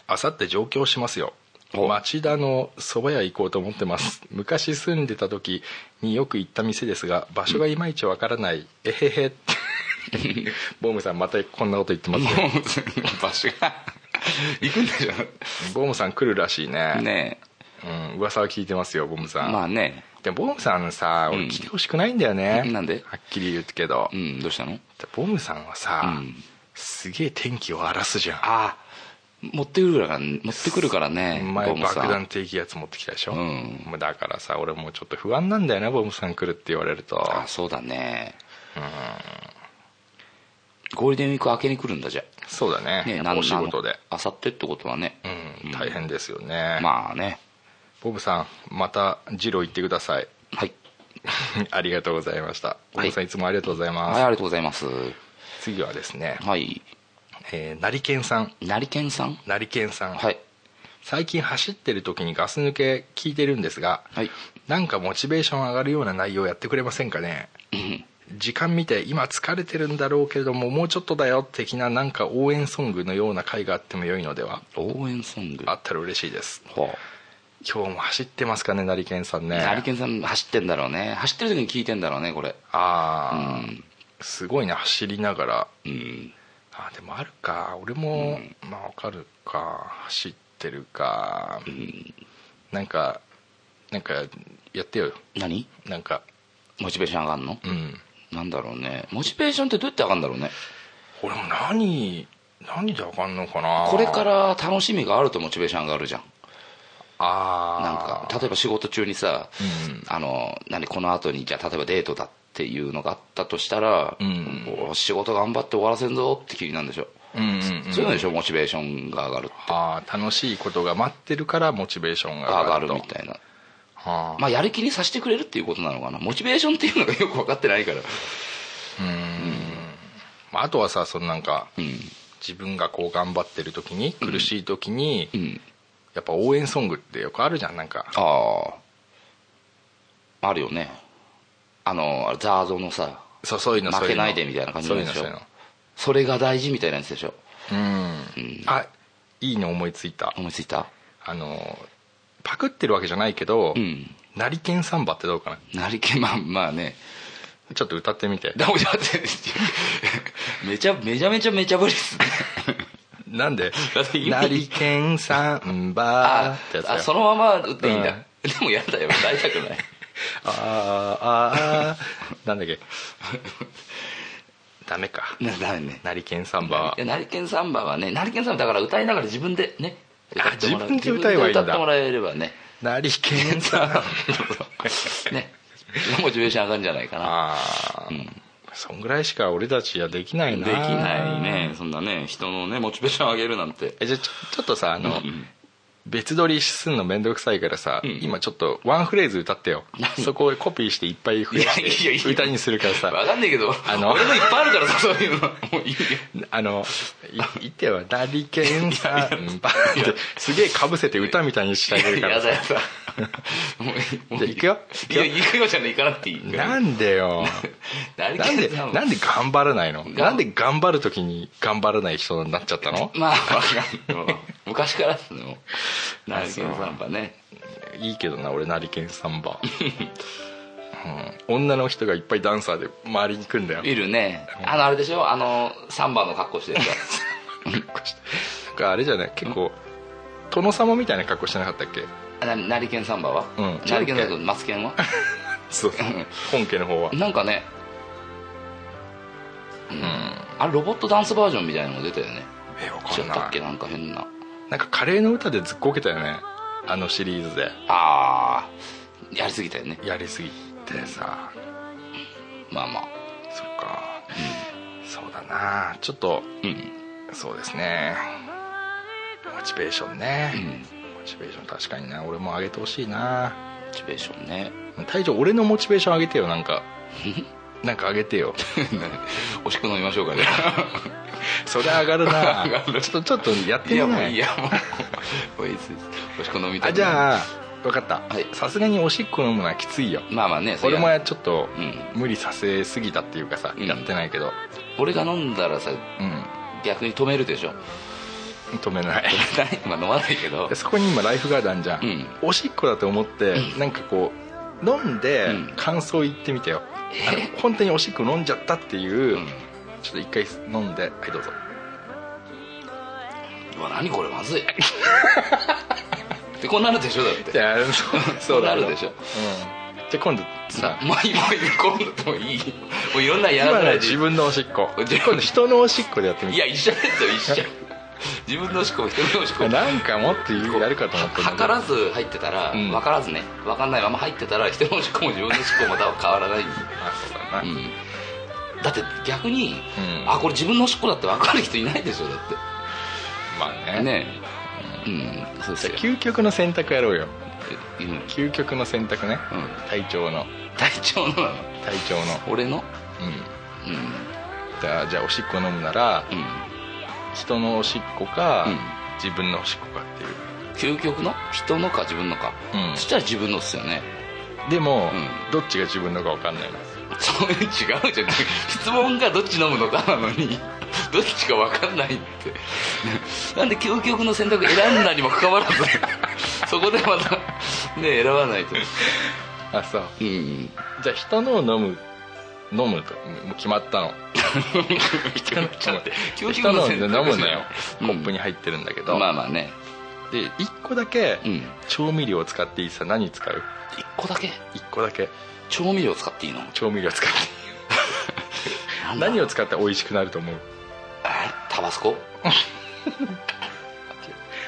あさって上京しますよお町田の蕎麦屋行こうと思ってます 昔住んでた時によく行った店ですが場所がいまいちわからない、えへへ ボムさんまたこんなこと言ってますね場所が行くんでしボムさん来るらしいねょねうん、噂は聞いてますよボムえさん、まあねでもボムさんさう俺ん来てほしくないんだよね、なんではっきり言うけど、うんどうしたのボムさんはさ、うんすげえ天気を荒らすじゃんあ持ってくるから持ってくるからね前ボムさん爆弾低気圧持ってきたでしょ、うんもうだからさ俺もうちょっと不安なんだよなボムさん来るって言われるとあそうだねゴールデンウィーク明けに来るんだじゃそうだねあねやっぱお仕事であさってってことはねうん大変ですよね、まあねボブさんまたジロー行ってください はいありがとうございましたボブさんいつもありがとうございます、はいありがとうございます次はですね、はいえー、成健さん成健さん成健さん、はい最近走ってる時にガス抜け聞いてるんですが、はい なんかモチベーション上がるような内容やってくれませんかね時間見て今疲れてるんだろうけれどももうちょっとだよ的ななんか応援ソングのような回があっても良いのでは応援ソングあったら嬉しいですほ今日も走ってますかね成健さんうね成健さん走ってんだろうね走ってる時に聞いてんだろうねこれああ、うんすごいな走りながらうんあーでもあるか俺も、まあわかるか走ってるか、なんかなんかやってよ何なんかモチベーション上がんのうんなんだろうねモチベーションってどうやって上がるんだろうね俺も何何でわかんのかなこれから楽しみがあるとモチベーション上がるじゃんああなんか例えば仕事中にさ、うんあの何この後にじゃあ例えばデートだっていうのがあったとしたら、うんもう仕事頑張って終わらせんぞって気になるんでしょ、うんうんうんそういうのでしょモチベーションが上がるああ楽しいことが待ってるからモチベーションが上上ががるるとみたいなはあまあ、やる気にさせてくれるっていうことなのかなモチベーションっていうのがよく分かってないからまああとはさそのなんかうん自分がこう頑張ってる時に苦しい時に、うんやっぱ応援ソングってよくあるじゃんなんかあああるよねあのザードのさそうそういうの負けないでそううのみたいな感じそのういやうつのでしそょういうのそれが大事みたいなやつでしょうん、あいいの思いついた思いついたあのパクってるわけじゃないけどうん「なりけんサンバ」ってどうかななりけまあまあねちょっと歌ってみてだもじゃってめちゃめちゃめちゃめちゃぶりっすねなんでだって「意味なりけんサンバ」あってやつだあよそのまま打っていいんだ、うんでもやだよ歌いたくないあーあーなんだっ けダメかなダメねなりけんサンバはいや成健サンバはね成健サンバだから歌いながら自分でね歌あってもらう自分で歌えばいいんだ自分で歌ってもらえればねなりけんサンバねモチベーション上がるんじゃないかなああ、そんぐらいしか俺たちはできないでなきないねそんなね人のねモチベーション上げるなんてえじゃあちょちょっとさあの、うんうん別撮りすんの面倒くさいからさ、ん今ちょっとワンフレーズ歌ってよそこをコピーしていっぱい増やいやいやいしやて歌にするからわさかんないけどあの俺のいっぱいあるからさそういうのもういいよあのい言ってよ「なりけんさんば」ってすげえかぶせて歌みたいにしてあげるからやださや だもうもういいじゃあ行いくよや行くよじゃね行かなくていいなんで よ成なんで健さんはなんで頑張らないのなんで頑張る時に頑張らない人になっちゃったのまあ分かんない昔からっすねもうあ成そう健サンバねいいけどな俺なりけんサンバ、うん、女の人がいっぱいダンサーで周りに来るんだよいるねあのあれでしょあのサンバの格好してるから なんかあれじゃない結構殿様みたいな格好してなかったっけあななりけんサンバは、うんなりけんだけどマツケンはそう本家の方はなんかねうんあれロボットダンスバージョンみたいなのも出たよねえわ違かんったっなけいなんか変ななんかカレーの歌でずっこけたよねあのシリーズでああやりすぎたよねやりすぎてさまあまあそっか、そうだなちょっとうんそうですねモチベーションね、モチベーション確かにな俺も上げてほしいなモチベーションね隊長俺のモチベーション上げてよなん かなんか上げてよおしく飲みましょうかね それ上がるなちょっとちょっとやっていやみもうないいやもうもういいですおしく飲みたいあじゃあ分かったはいさすがにおしっこ飲むのはきついよまあまあねそれ俺はもやちょっとうん無理させすぎたっていうかさ、うんやってないけど俺が飲んだらさうん逆に止めるでしょ止めないまあ飲まないけどでそこに今ライフガードあるじゃん、うんおしっこだと思って、なんかこう飲んでうん感想言ってみてよ、あの本当におしっこ飲んじゃったっていう、うんちょっと一回飲んではいどうぞうわ何これまずいでこうなるでしょだっていや そうそうだなけどるでしょうんじゃあ今度さまあいいもういい今度もいいもういろんなやら今のなはい自分のおしっこ自分今度人のおしっこでやってみいてや一緒ですよ一緒自分の思考人の思考なんかもっとやるかと思ったんだけど図らず入ってたら、うん分からずね分かんないまま入ってたら人の思考も自分の思考も多分変わらないんで、あそうだな、だって逆に、うんあこれ自分の思考だって分かる人いないでしょだっまてあねねえうんそうですよ、究極の選択やろうようん、究極の選択ね、う体調の体調のなの体調の俺のうんうんじゃあじゃあおしっこ飲むならうん人のおしっこか、うん自分のおしっこかっていう究極の人のか自分のか、うんそしたら自分のっすよねでも、うんどっちが自分のか分かんないのそういう違うじゃん質問がどっち飲むのかなのにどっちか分かんないってなんで究極の選択選んだにもかかわらずそこでまたね選ばないとあそううんじゃあ人のを飲む飲むともう決まったの人のちょっと待って究人極ののを選飲択むのよ、うんコップに入ってるんだけど、まあまあねで一個だけうん調味料を使っていいさ何使う一個だけ一個だけ調味料使っていいの調味料使って なんだ何を使って美味しくなると思うえタバスコ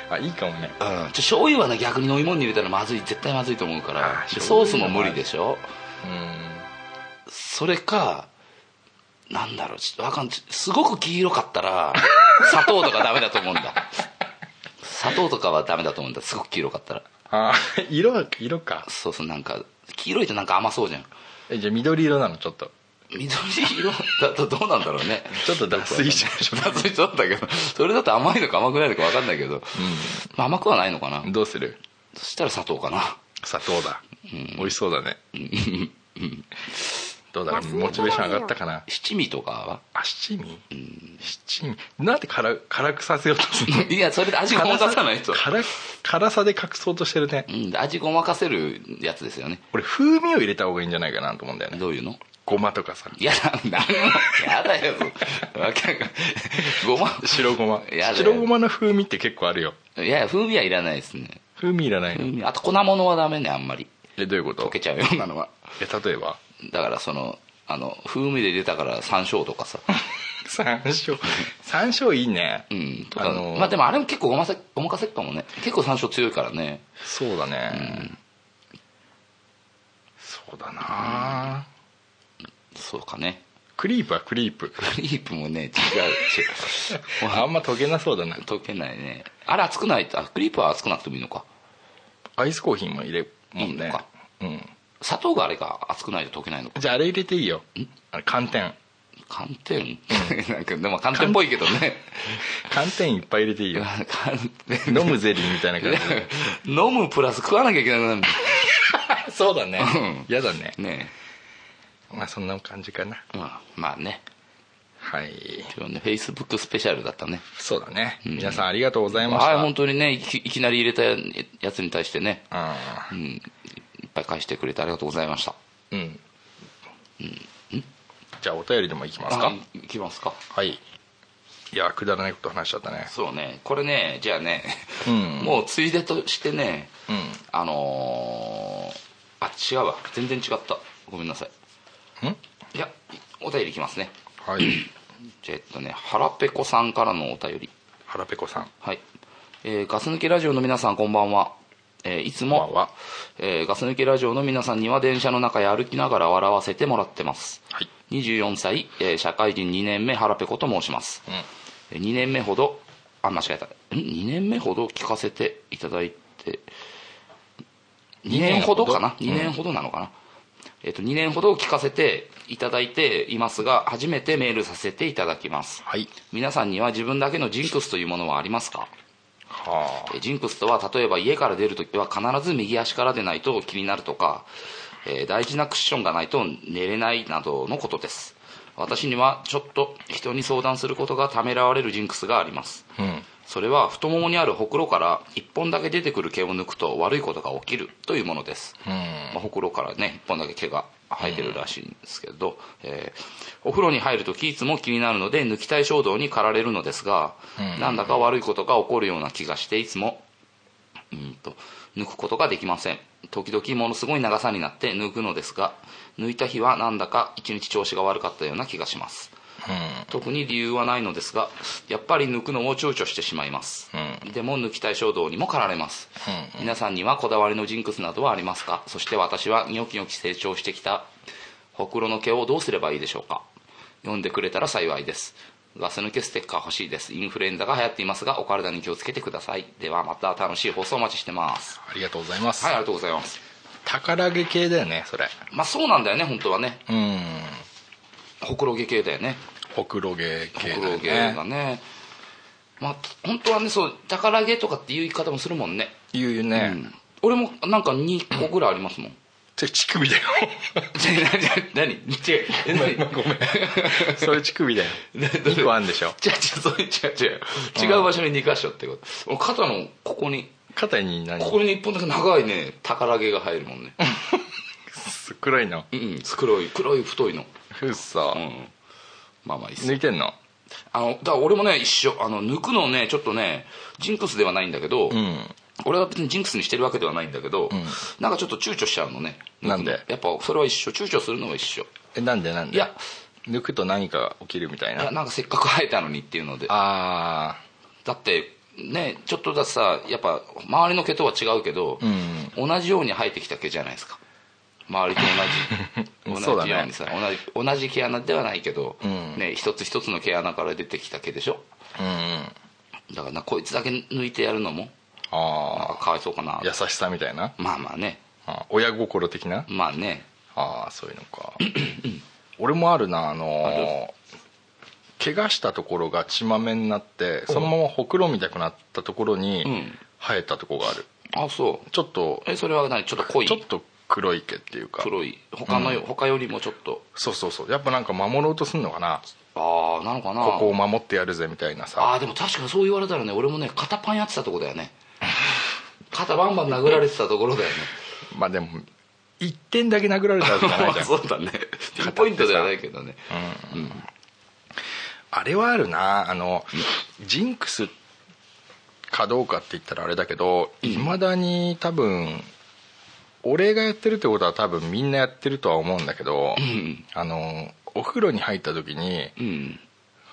あいいかもねうん、ちょ醤油はね逆に飲み物に入れたらまずい絶対まずいと思うからあーで醤ソース油も無理でしょうそれかなんだろうちょっとわかんちすごく黄色かった ら砂糖とかダメだと思うんだ砂糖とかはダメだと思うんだすごく黄色かったらあー色は色かそうそうなんか黄色いとなんか甘そうじゃんえじゃあ緑色なのちょっと緑色だとどうなんだろうねちょっと脱水しましょう脱水そうだけどそれだと甘いのか甘くないのか分かんないけど、まあ甘くはないのかなどうするそしたら砂糖かな 砂糖だ、美味しそうだねどうだろ忘うれてないよモチベーション上がったかな七味とかは あ七味、七味なんで辛辛くさせようとするのいやそれで味ごまかさ ないと、辛辛さで隠そうとしてるねうん、味ごまかせるやつですよね俺風味を入れた方がいいんじゃないかなと思うんだよねどういうのごまとかさいやだ何もやだよわけわかんないごま白ごま やだよ白ごまの風味って結構あるよいやいや風味はいらないですね風味いらない風の味あと粉物はダメねあんまりえどういうこと溶けちゃうようなのはえ例えばだからそのあの風味で出たから山椒とか さ山椒山椒いいねうんとあかのまあでもあれも結構ごませごまかせっかもね結構山椒強いからねそうだねそうだなそうかねクリープはクリープクリープもね違う違う あんま溶けなそうだな溶けないねあれ熱くないとあクリープは熱くなくてもいいのかアイスコーヒーも入れるもんいいねのかうん砂糖があれか熱くないと溶けないのかじゃああれ入れていいよあれ寒天寒天 なんかでも寒天っぽいけどね寒天いっぱい入れ ていいよ 寒天飲むゼリーみたいな感じで飲むプラス食わなきゃいけなくなるそうだね嫌だねねまあそんな感じかなえ、まあ、まあねはい今日ねフェイスブックスペシャルだったねそうだねん皆さんありがとうございましたはい本当にねいきいきなり入れたやつに対してね、あうん、いっぱい返してくれてありがとうございましたーうんじゃあお便りでもいきますかあいいきますかはいいやくだらないこと話しちゃったねそうねこれねじゃあね、うんもうついでとしてね、うんあのーあ違うわ全然違ったごめんなさいんいやお便りいきますねはいじゃあえっとね腹ペコさんからのお便り腹ペコさんはい、えーガス抜けラジオの皆さんこんばんは、えーいつもこんばんはえーガス抜けラジオの皆さんには電車の中や歩きながら笑わせてもらってますはい24歳、えー社会人2年目腹ペコと申します、うんえー2年目ほどあ間違えたん2年目ほど聞かせていただいて2年ほどかな二2年ほどなのかな、えっと2年ほど聞かせていただいていますが初めてメールさせていただきますはい皆さんには自分だけのジンクスというものはありますかはえージンクスとは例えば家から出るときは必ず右足からでないと気になるとか、えー大事なクッションがないと寝れないなどのことです私にはちょっと人に相談することがためらわれるジンクスがありますあうんそれは太ももにあるほくろから1本だけ出てくる毛を抜くと悪いことが起きるというものです、うんまあ、ほくろからね1本だけ毛が生えてるらしいんですけど、えーお風呂に入るときいつも気になるので抜きたい衝動に駆られるのですが、うんなんだか悪いことが起こるような気がしていつもうんと抜くことができません時々ものすごい長さになって抜くのですが抜いた日はなんだか一日調子が悪かったような気がします特に理由はないのですがやっぱり抜くのを躊躇してしまいます、でも抜きたい衝動にも駆られます、皆さんにはこだわりのジンクスなどはありますかそして私はニョキニョキ成長してきたほくろの毛をどうすればいいでしょうか読んでくれたら幸いですガス抜けステッカー欲しいですインフルエンザが流行っていますがお体に気をつけてくださいではまた楽しい放送お待ちしてますありがとうございますはいありがとうございます宝毛系だよねそれまあそうなんだよね本当はねうんほくろ毛系だよねほくろ毛系だ黒よ毛がねねまあ本当はねそう宝毛とかっていう言い方もするもんね、言うよね、うん俺もなんか2個ぐらいありますもんそれ乳首 だよ 何違うえ何ご めんそれ乳首だ よ2個あるんでしょ違う違うそう違う違う違う場所に2箇所ってこと俺肩のここに肩に何ここに1本だけ長いね宝毛が入るもんね黒いのうんうん黒い黒い太いのふっさ、うんまあまあいいっす抜いてんのあのだから俺もね一緒あの抜くのねちょっとねジンクスではないんだけど、うん俺は別にジンクスにしてるわけではないんだけど、なんかちょっと躊躇しちゃうのねなんでやっぱそれは一緒躊躇するのは一緒えなんでなんでいや抜くと何かが起きるみたいいやななんかせっかく生えたのにっていうのであだってねちょっとだってさやっぱ周りの毛とは違うけど、同じように生えてきた毛じゃないですか周りと同 じそう同だじねようにさ、同じ同じ毛穴ではないけど、うんね、一つ一つの毛穴から出てきた毛でしょーうんだからなこいつだけ抜いてやるのもあああかわいそうかなあ優しさみたいなまあまあねあー親心的なまあねああそういうのか俺もあるなあの怪我したところが血まめになってそのままほくろみたくなったところうにん生えたとこがあるあそうちょっとえそれは何ちょっと濃いちょっと黒い毛っていうか黒い他のよ、他よりもちょっとそうそうそうやっぱなんか守ろうとすんのかなああなのかなここを守ってやるぜみたいなあさあでも確かにそう言われたらね俺もね肩パンやってたとこだよね 肩バンバン殴られてたところだよねまあでも1点だけ殴られたわけじゃないじゃん そうだねピンポイントではないけどねあれはあるなあのジンクスかどうかって言ったらあれだけどいまだに多分俺がやってるってことは多分みんなやってるとは思うんだけど、んあのお風呂に入った時にうん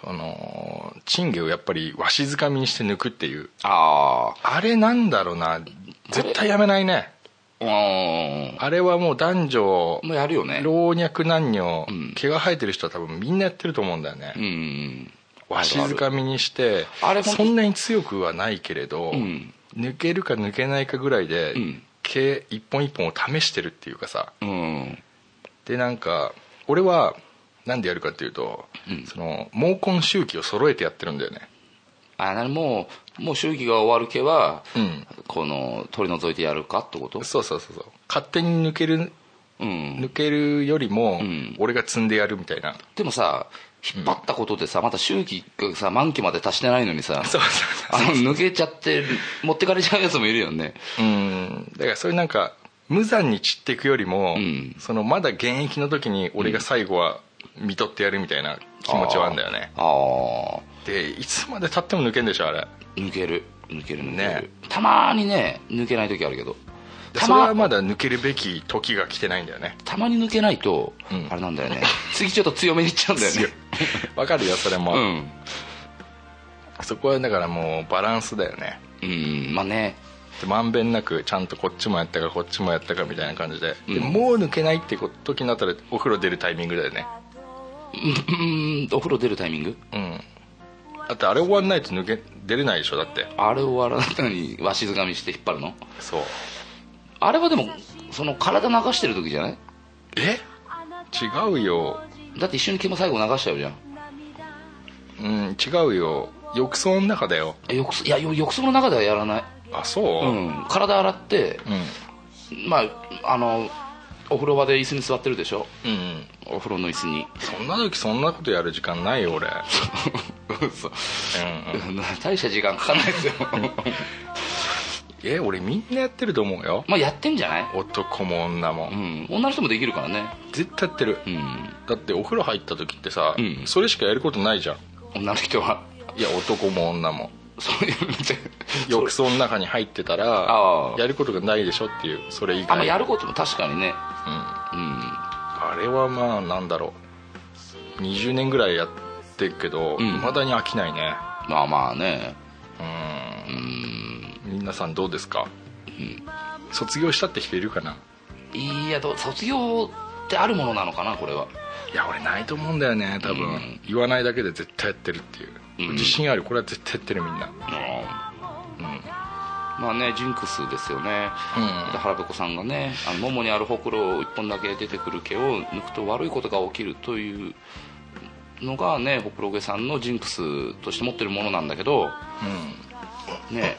そのチンゲをやっぱりわしづかみにして抜くっていうああれなんだろうな絶対やめないねあうんあれはもう男女もうやるよね老若男女ん毛が生えてる人は多分みんなやってると思うんだよね、うんわしづかみにしてあれ本当そんなに強くはないけれど、ん抜けるか抜けないかぐらいで、ん毛一本一本を試してるっていうかさうんでなんか俺はなんでやるかっていうと、その毛根周期を揃えてやってるんだよねあなるもうもう周期が終わる毛は、うんこの取り除いてやるかってことそうそうそうそう勝手に抜けるうん抜けるよりも、ん俺が積んでやるみたいな、でもさ引っ張ったことでさまた周期がさ満期まで達してないのにさそうそうあの抜けちゃって持ってかれちゃうやつもいるよねそううんだからそういうなんか無残に散っていくよりも、うんそのまだ現役の時に俺が最後は見とってやるみたいな気持ちはあるんだよね、ああでいつまでたっても抜けんでしょあれ抜ける抜ける抜ける、ねたまーにね抜けない時あるけどでたそれまはまだ抜けるべき時が来てないんだよねたまに抜けないと、うんあれなんだよね次ちょっと強めにいっちゃうんだよね わかるよそれも、うんそこはだからもうバランスだよねうんまあねでまんべんなくちゃんとこっちもやったかこっちもやったかみたいな感じで,で、もう抜けないってこ時になったらお風呂出るタイミングだよねうんうんお風呂出るタイミングうんだってあれ終わんないと抜け出れないでしょだってあれ終わらないのにわしづかみして引っ張るのそうあれはでもその体流してる時じゃないえ違うよだって一緒に毛も最後流しちゃうじゃんうん違うよ浴槽の中だよえ浴槽いや浴槽の中ではやらない、あそうううん、ん、体洗って、まああのお風呂場で椅子に座ってるでしょうん、お風呂の椅子にそんな時そんなことやる時間ないよ俺そううん うん大した時間かかんないですよえ俺みんなやってると思うよまあやってんじゃない男も女も、うん女の人もできるからね絶対やってる、うんだってお風呂入った時ってさ、うんそれしかやることないじゃん女の人はいや男も女もそういうのじゃ浴槽の中に入ってたあらあやることがないでしょっていうそれ以あ外まあやることも確かにねあれはまあなんだろう20年ぐらいやってるけどいんま、未だに飽きないねまあまあね皆さんどうですか、卒業したって人いるかないやどう卒業ってあるものなのかなこれはいや俺ないと思うんだよね多分、うん言わないだけで絶対やってるっていう、うん自信あるこれは絶対やってるみんなまあねジンクスですよね、うんで腹ペコさんがねあのももにあるほくろを1本だけ出てくる毛を抜くと悪いことが起きるというのがねほくろ毛さんのジンクスとして持ってるものなんだけど、ね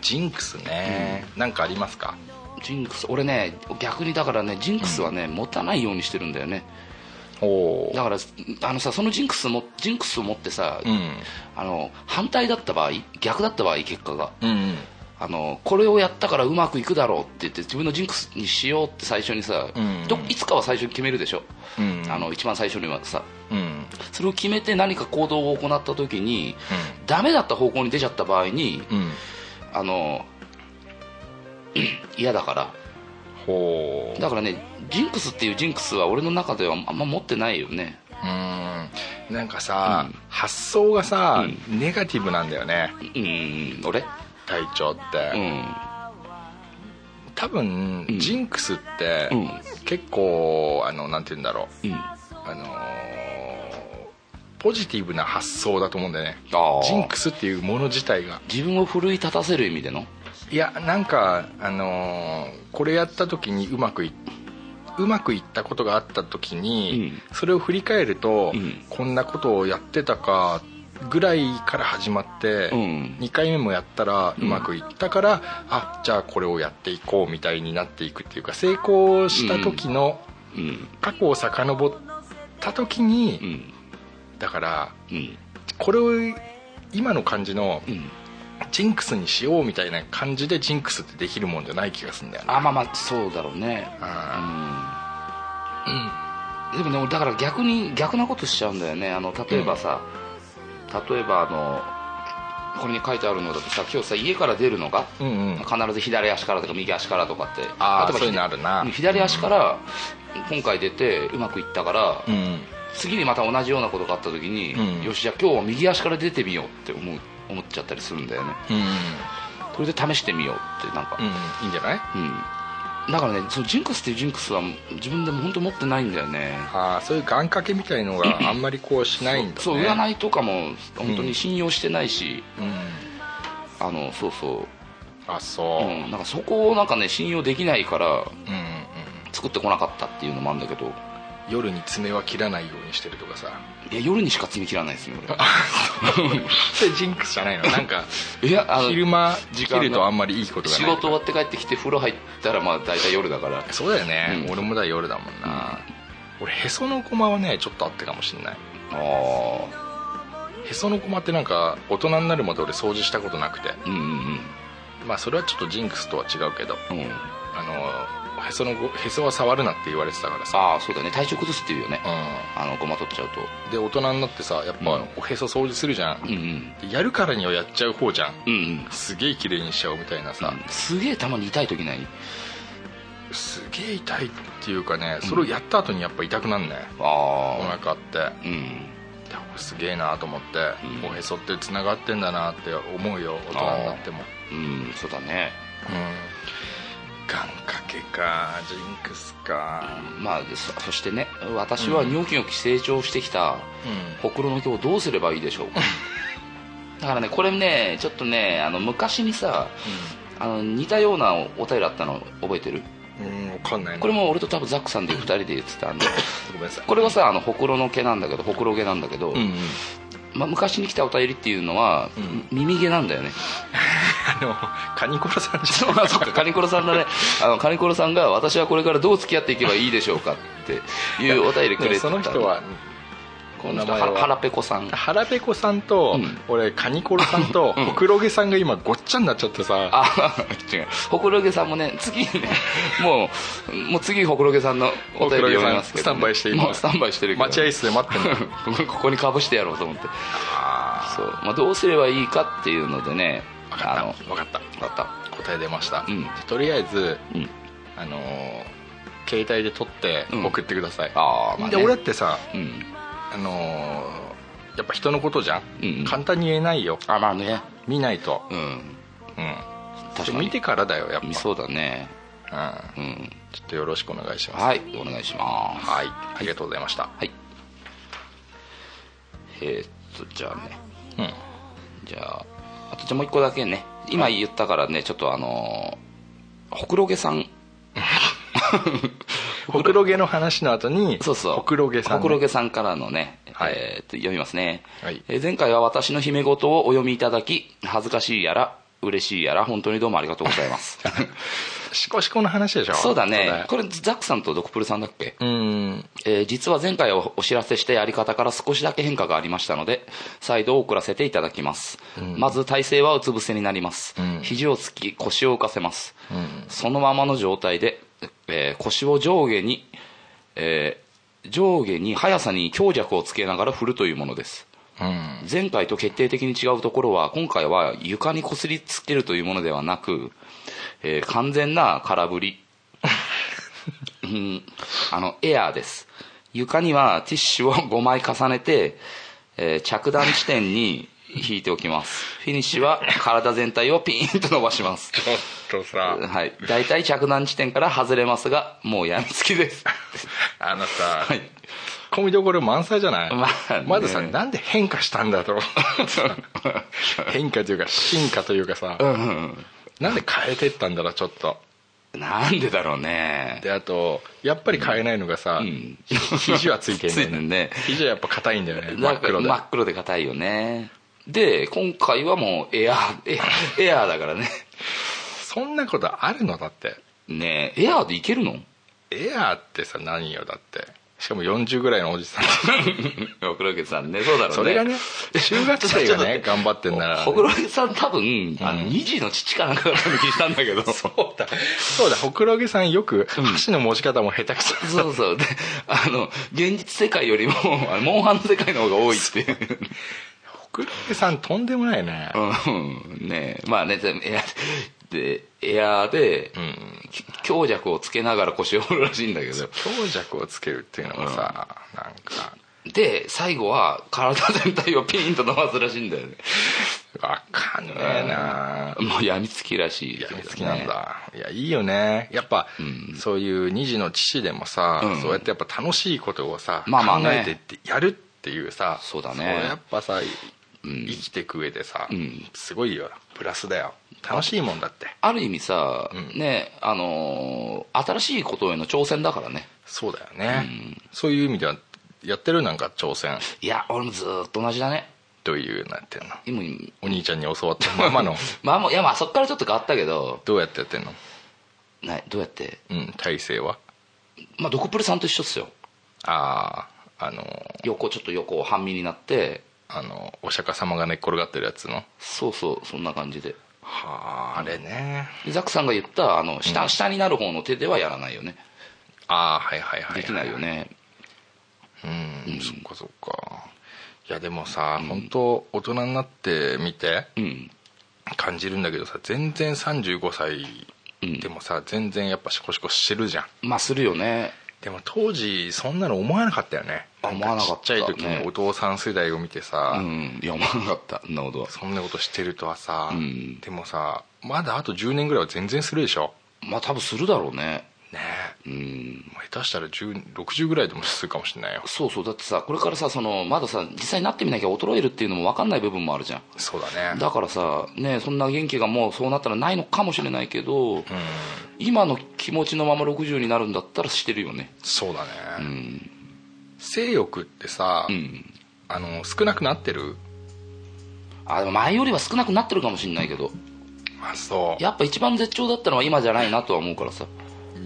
ジンクスね、なんかありますかジンクス俺ね逆にだからねジンクスはね、持たないようにしてるんだよねおおだからあのさそのジンクスもジンクスを持ってさ、うんあの反対だった場合逆だった場合結果がうんあのこれをやったからうまくいくだろうって言って自分のジンクスにしようって最初にさ、うんどいつかは最初に決めるでしょ、うんあの一番最初にはさうんそれを決めて何か行動を行った時に、ダメだった方向に出ちゃった場合にうんあの 嫌だからほうだからねジンクスっていうジンクスは俺の中ではあんま持ってないよねうんなんかさ、発想がさ、ネガティブなんだよねうん俺隊長って、うん多分、んジンクスって、うん結構あのなんて言うんだろううんあのーポジティブな発想だと思うんだよねあージンクスっていうもの自体が自分を奮い立たせる意味でのいやなんかあのーこれやった時にうまくいうまくいったことがあった時に、それを振り返ると、うんこんなことをやってたかぐらいから始まって、うん2回目もやったらうまくいったから、あじゃあこれをやっていこうみたいになっていくっていうか成功した時のうん過去を遡った時に、うんだからうんこれを今の感じのうんジンクスにしようみたいな感じでジンクスってできるもんじゃない気がするんだよねあまあまあそうだろうねうん、でもね俺だから逆に逆なことしちゃうんだよねあの例えばさ、例えばあのこれに書いてあるのだとさ今日さ家から出るのが、うんうん必ず左足からとか右足からとかってあー例えばそういうのあるなうん左足から今回出てうまくいったから、うん次にまた同じようなことがあった時に、うんよしじゃあ今日は右足から出てみようって思う思っちゃったりするんだよねうんうんそれで試してみようってなんか、いいんじゃないうん、だからねそのジンクスっていうジンクスは自分でも本当持ってないんだよねああそういう願掛けみたいのがあんまりこうしないんだねそう占いとかも本当に信用してないし、うんあのそうそあう、そうううんん、なんかそこをなんかね信用できないからうん作ってこなかったっていうのもあるんだけど夜に爪は切らないようにしてるとかさいや夜にしか爪切らないですねそ れジンクスじゃないのなんか俺いやあの昼間時切間がるとあんまりいいことがな仕い事終わって帰ってきて風呂入ったらまあ大体夜だからそうだよね、うん俺もだ夜だもんな、俺へその駒はねちょっとあってかもしんないああへその駒ってなんか大人になるまで俺掃除したことなくてうんうんまあそれはちょっとジンクスとは違うけどうんうんあのへそのごへそは触るなって言われてたからさああそうだね体調崩すっていうよねうあのごま取っちゃうとんで大人になってさやっうぱんおへそ掃除するじゃん、うんうんでやるからにはやっちゃう方じゃんうんうんすげえ綺麗にしちゃおうみたいなさ、うんすげえたまに痛い時ないすげえ痛いっていうかねそれをやった後にやっぱ痛くなんね、おああ腹ってうんいや俺すげえなと思って、おへそってつながってんだなって思うよ大人になってもうんそうだねうん願掛けかジンクスかまあそそしてね私はニョキニョキ成長してきたうんほくろの毛をどうすればいいでしょう かだからねこれねちょっとねあの昔にさあの似たようなお便りあったの覚えてるうん分かんないなこれも俺と多分ザックさんで2人で言ってた んでごめんなさいこれはさあのほくろの毛なんだけどほくろ毛なんだけど、うんうんまあ、昔に来たお便りっていうのは、耳毛なんだよねあの カニコロさんじゃ あそっかカニコロさんのねあのカニコロさんが私はこれからどう付き合っていけばいいでしょうかっていうお便りくれでてもたその人はこの人は名前ははらぺこさん腹ペコさんと、うん俺カニコロさんとほくろげさんが今ごっちゃになっちゃってさあ違うほくろげさんもね次ねもうもう次ほくろげさんのお便り読みますけど、ね、ほくろげさんスタンバイして今もうスタンバイしてるけど待合室で待ってん のここにかぶしてやろうと思ってそう、まあ、どうすればいいかっていうのでね分かのった分かった分かっ答え出ました、うんでとりあえず、うんあのー携帯で撮ってうん送ってください、たああまあ、ね、で俺だってさ、うんあのーやっぱ人のことじゃん、うんうん簡単に言えないよあまあね見ないと、うんうん、確かに見てからだよやっぱ、うん、ちょそうだねうんっとよろしくお願いしますはいお願いしますはい、ありがとうございました、はいえー、っとじゃあねうん、じゃああとじゃあもう一個だけね今言ったからねちょっとあのーほくろげさんほくろげの話の後にそうそうほくろげさんね、ほくろげさんからのね、はいえーっと読みますね、はいえー前回は私の姫事をお読みいただき恥ずかしいやら嬉しいやら本当にどうもありがとうございますしこしこの話でしょ そう だねそこれザックさんとドクプルさんだっけうだうんえー実は前回おお知らせしたやり方から少しだけ変化がありましたので再度送らせていただきます、まず体勢はうつ伏せになります、うん肘をつき腰を浮かせます、そのままの状態で、えー腰を上下に、えー上下に速さに強弱をつけながら振るというものですうん前回と決定的に違うところは今回は床にこすりつけるというものではなく、えー完全な空振りうんあのエアーです床にはティッシュを5枚重ねて、えー着弾地点に引いておきますフィニッシュは体全体をピーンと伸ばしますちょっとさはい大体着弾地点から外れますがもうやみつきです あのさ、はい込みどころ満載じゃない、まあねまずさなんで変化した んだと思ってさ変化というか進化というかさ、うんうんなんで変えてったんだろうちょっとうんなんでだろうねであとやっぱり変えないのがさ、ん肘はついてんだ ついよてねんね肘はやっぱ硬いんだよね真なっんか黒で真っ黒で硬いよねで今回はもうエア ーエアエアーだからねそんなことあるのだってねえエアーでいけ るのエアーってさ何よだってしかも40ぐらいのおじさんほくろけさんね そうだろうねそれがね中 学生がね頑張ってんならほくろけさん多分あの2児の父かなんかだった気したんだけど そうだそうだほくろげさんよく箸の持ち方も下手くそそうそうであの現実世界よりもあのモンハンの世界の方が多いっていうほくろげさんとんでもないね うんねえまあねでエアでエアーで、んき強弱をつけながら腰を折るらしいんだけど強弱をつけるっていうのもさなんかで最後は体全体をピーンと伸ばすらしいんだよねわかんねえなもうやみつきらしいけやどね、みつきなんだいやいいよねやっぱそういう2児の父でもさうんそうやってやっぱ楽しいことをさまあまあ考ねえてってやるっていうさそうだねれやっぱさ生きてく上でさんすごいよプラスだよ楽しいもんだってある意味さ、うんねあのー新しいことへの挑戦だからねそうだよねそういう意味ではやってるなんか挑戦いや俺もずーっと同じだねというなってんの今お兄ちゃんに教わったままのまあもういやまあそっからちょっと変わったけどどうやってやってんのなどうやってうん体勢はまあドクプルさんと一緒っすよあああの横ちょっと横半身になってあのお釈迦様が寝っ転がってるやつのそうそうそんな感じではああれねでザックさんが言ったあの下,、下になる方の手ではやらないよねああはいはいはいできないよね、うん、そっかそっかいやでもさ、本当大人になってみてうん感じるんだけどさ全然35歳でもさ、全然やっぱシコシコしてるじゃんまあするよねでも当時そんなの思わなかったよねあ思わなかったねんちっちゃい時にお父さん世代を見てさ、うんいや思わなかったそんなことはそんなことしてるとはさ、うんでもさまだあと10年ぐらいは全然するでしょまあ多分するだろうねねえうんもう下手したら10 60ぐらいでもするかもしれないよそうそうだってさこれからさそのまださ実際になってみなきゃ衰えるっていうのも分かんない部分もあるじゃんそうだねだからさねそんな元気がもうそうなったらないのかもしれないけど、今の気持ちのまま60になるんだったらしてるよねそうだね、うん、性欲ってさ、うん、あの少なくなってるあでも前よりは少なくなってるかもしれないけどあそうやっぱ一番絶頂だったのは今じゃないなとは思うからさ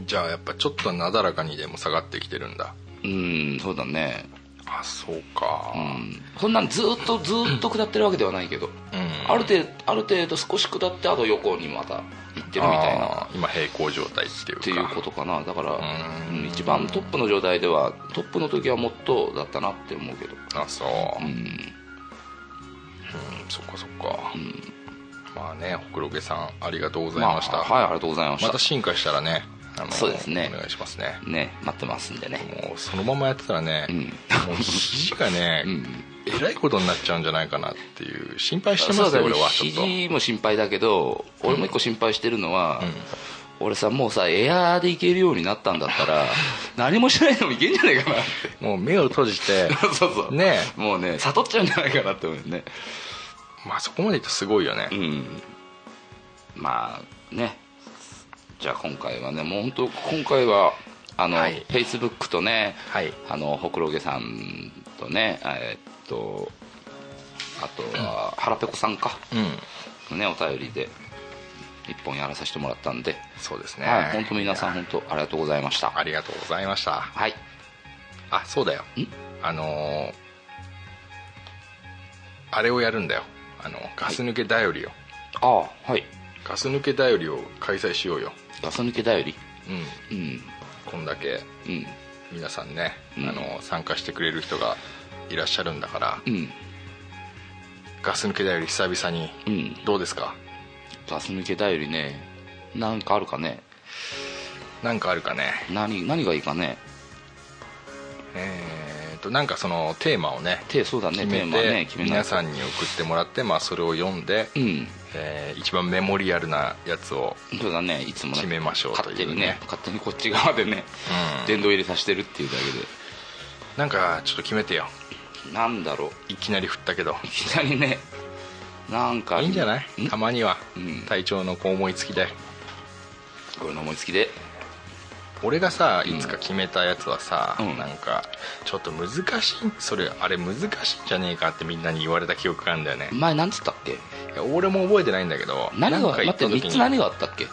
じゃあやっぱちょっとなだらかにでも下がってきてるんだうんそうだねあそうかうんそんなんずーっとずーっと下ってるわけではないけど、うん、ある程度ある程度少し下ってあと横にまた行ってるみたいなあー今平行状態っていうっかていうことかなだからううん一番トップの状態ではトップの時はもっとだったなって思うけどあそうううん、んそっかそっか、まあねほくろげさんありがとうございままあした、はいありがとうございましまたた進化したらねあのそうですねお願いしますねね待ってますんでねもうそのままやってたらね、んもう肘 がね、んえらいことになっちゃうんじゃないかなっていう心配してそまうすだよね俺はちょっと肘も心配だけど俺も一個心配してるのは、俺さもうさエアーでいけるようになったんだった ら何もしないでもいけんじゃないかなって もう目を閉じてそうそうねもうね悟っちゃうんじゃないかなって思うよねまあそこまでいったらすごいよね、うんまあねじゃあ今回はねもう本当今回はあの、はいフェイスブックとね、はいあのほくろげさんとねえーっとあとは腹ペコさんか、うんねお便りで一本やらさせてもらったんで、そうですね、はい、本当皆さん本当ありがとうございましたありがとうございましたはいあそうだよあのーあれをやるんだよあのガス抜けだよりを、ああはいガス抜けだよりを開催しようよガス抜けだよりうんうんこんだけうん皆さんね、うんあの参加してくれる人がいらっしゃるんだから、うんガス抜けだより久々に、うんどうですかガス抜けだよりねなんかあるかねなんかあるかね何何がいいかねえー、となんかそのテーマをね手そうだね決テめーマねて決めない皆とさんに送ってもらって、まあ、それを読んで、うんえー一番メモリアルなやつを、そうだねいつもね決めましょうとい勝手うねにね勝手にこっち側でね殿堂入れさせてるっていうだけでなんかちょっと決めてよなんだろいきなり振ったけどういきなりねなんかいいんじゃないんたまにはうん隊長のこう思いつきで俺の思いつきで俺がさいつか決めたやつはさ、うんなんかちょっと難しいそれあれ難しいんじゃねえかってみんなに言われた記憶があるんだよね前なんつったっけいや俺も覚えてないんだけど何ながん待か言っったて時3につ何があったっけ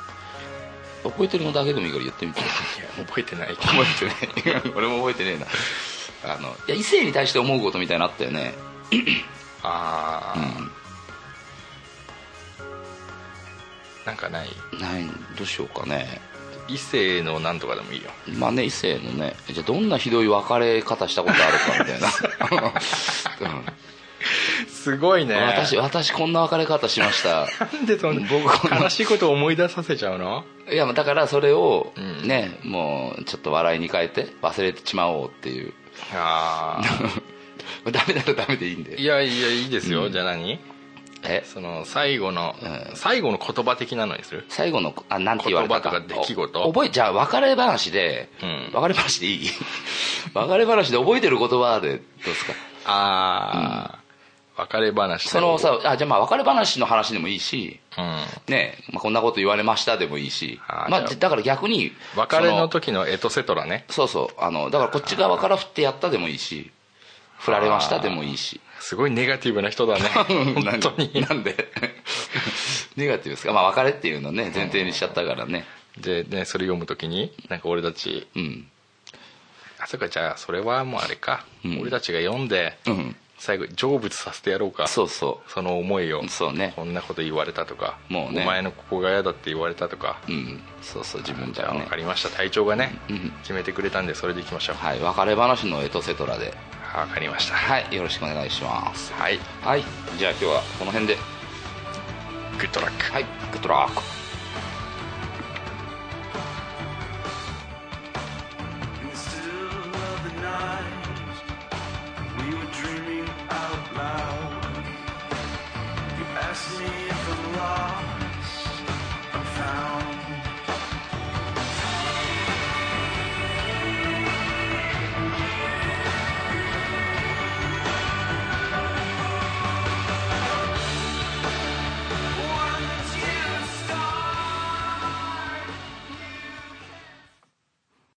覚えてるのだけでもいいから言ってみていや覚えてない覚えてね俺も覚えてねえなあのいや異性に対して思うことみたいなのあったよねあうあ、んなんかないないどうしようかね異性のなんとかでもいいよまあね異性のねじゃあどんなひどい別れ方したことあるかみたい な、すごいねうん、私私こんな別れ方しま したなんでそんな僕悲しいことを思い出させちゃうのいやまあだからそれをうんね、もうちょっと笑いに変えて忘れてしまおうっていう ああダメならダメでいいんでいやいやいいですよ、じゃあ何えその最後の、うん最後の言葉的なのにする最後のあなんて言われたか言葉とか出来事お覚えじゃあ別れ話で、うん別れ話でいい 別れ話で覚えてる言葉でどうですかああ、別れ話そのさあじゃあまあ別れ話の話でもいいしうんねまあ、こんなこと言われましたでもいいしあーまあ、じゃあだから逆に別れその時のエトセトラねそうそうあのだからこっち側から振ってやったでもいいし振られましたでもいいしすごいネガティ ブな人だね 本当になんで ネガティブですかまあ別れっていうのね前提にしちゃったからねでねそれ読む時になんか俺たちうんあそうかじゃあそれはもうあれか、うん俺たちが読んで、うん最後成仏させてやろうかそうそその思いをそうねこんなこと言われたとかもうねお前のここが嫌だって言われたとかううんそうそう自分じじゃゃあね分かりました隊長がね、うん決めてくれたんでそれでいきましょうははい別れ話のエトセトラで分かりましたはいよろしくお願いしますはいはいじゃあ今日はこの辺でグッドラックはいグッドラック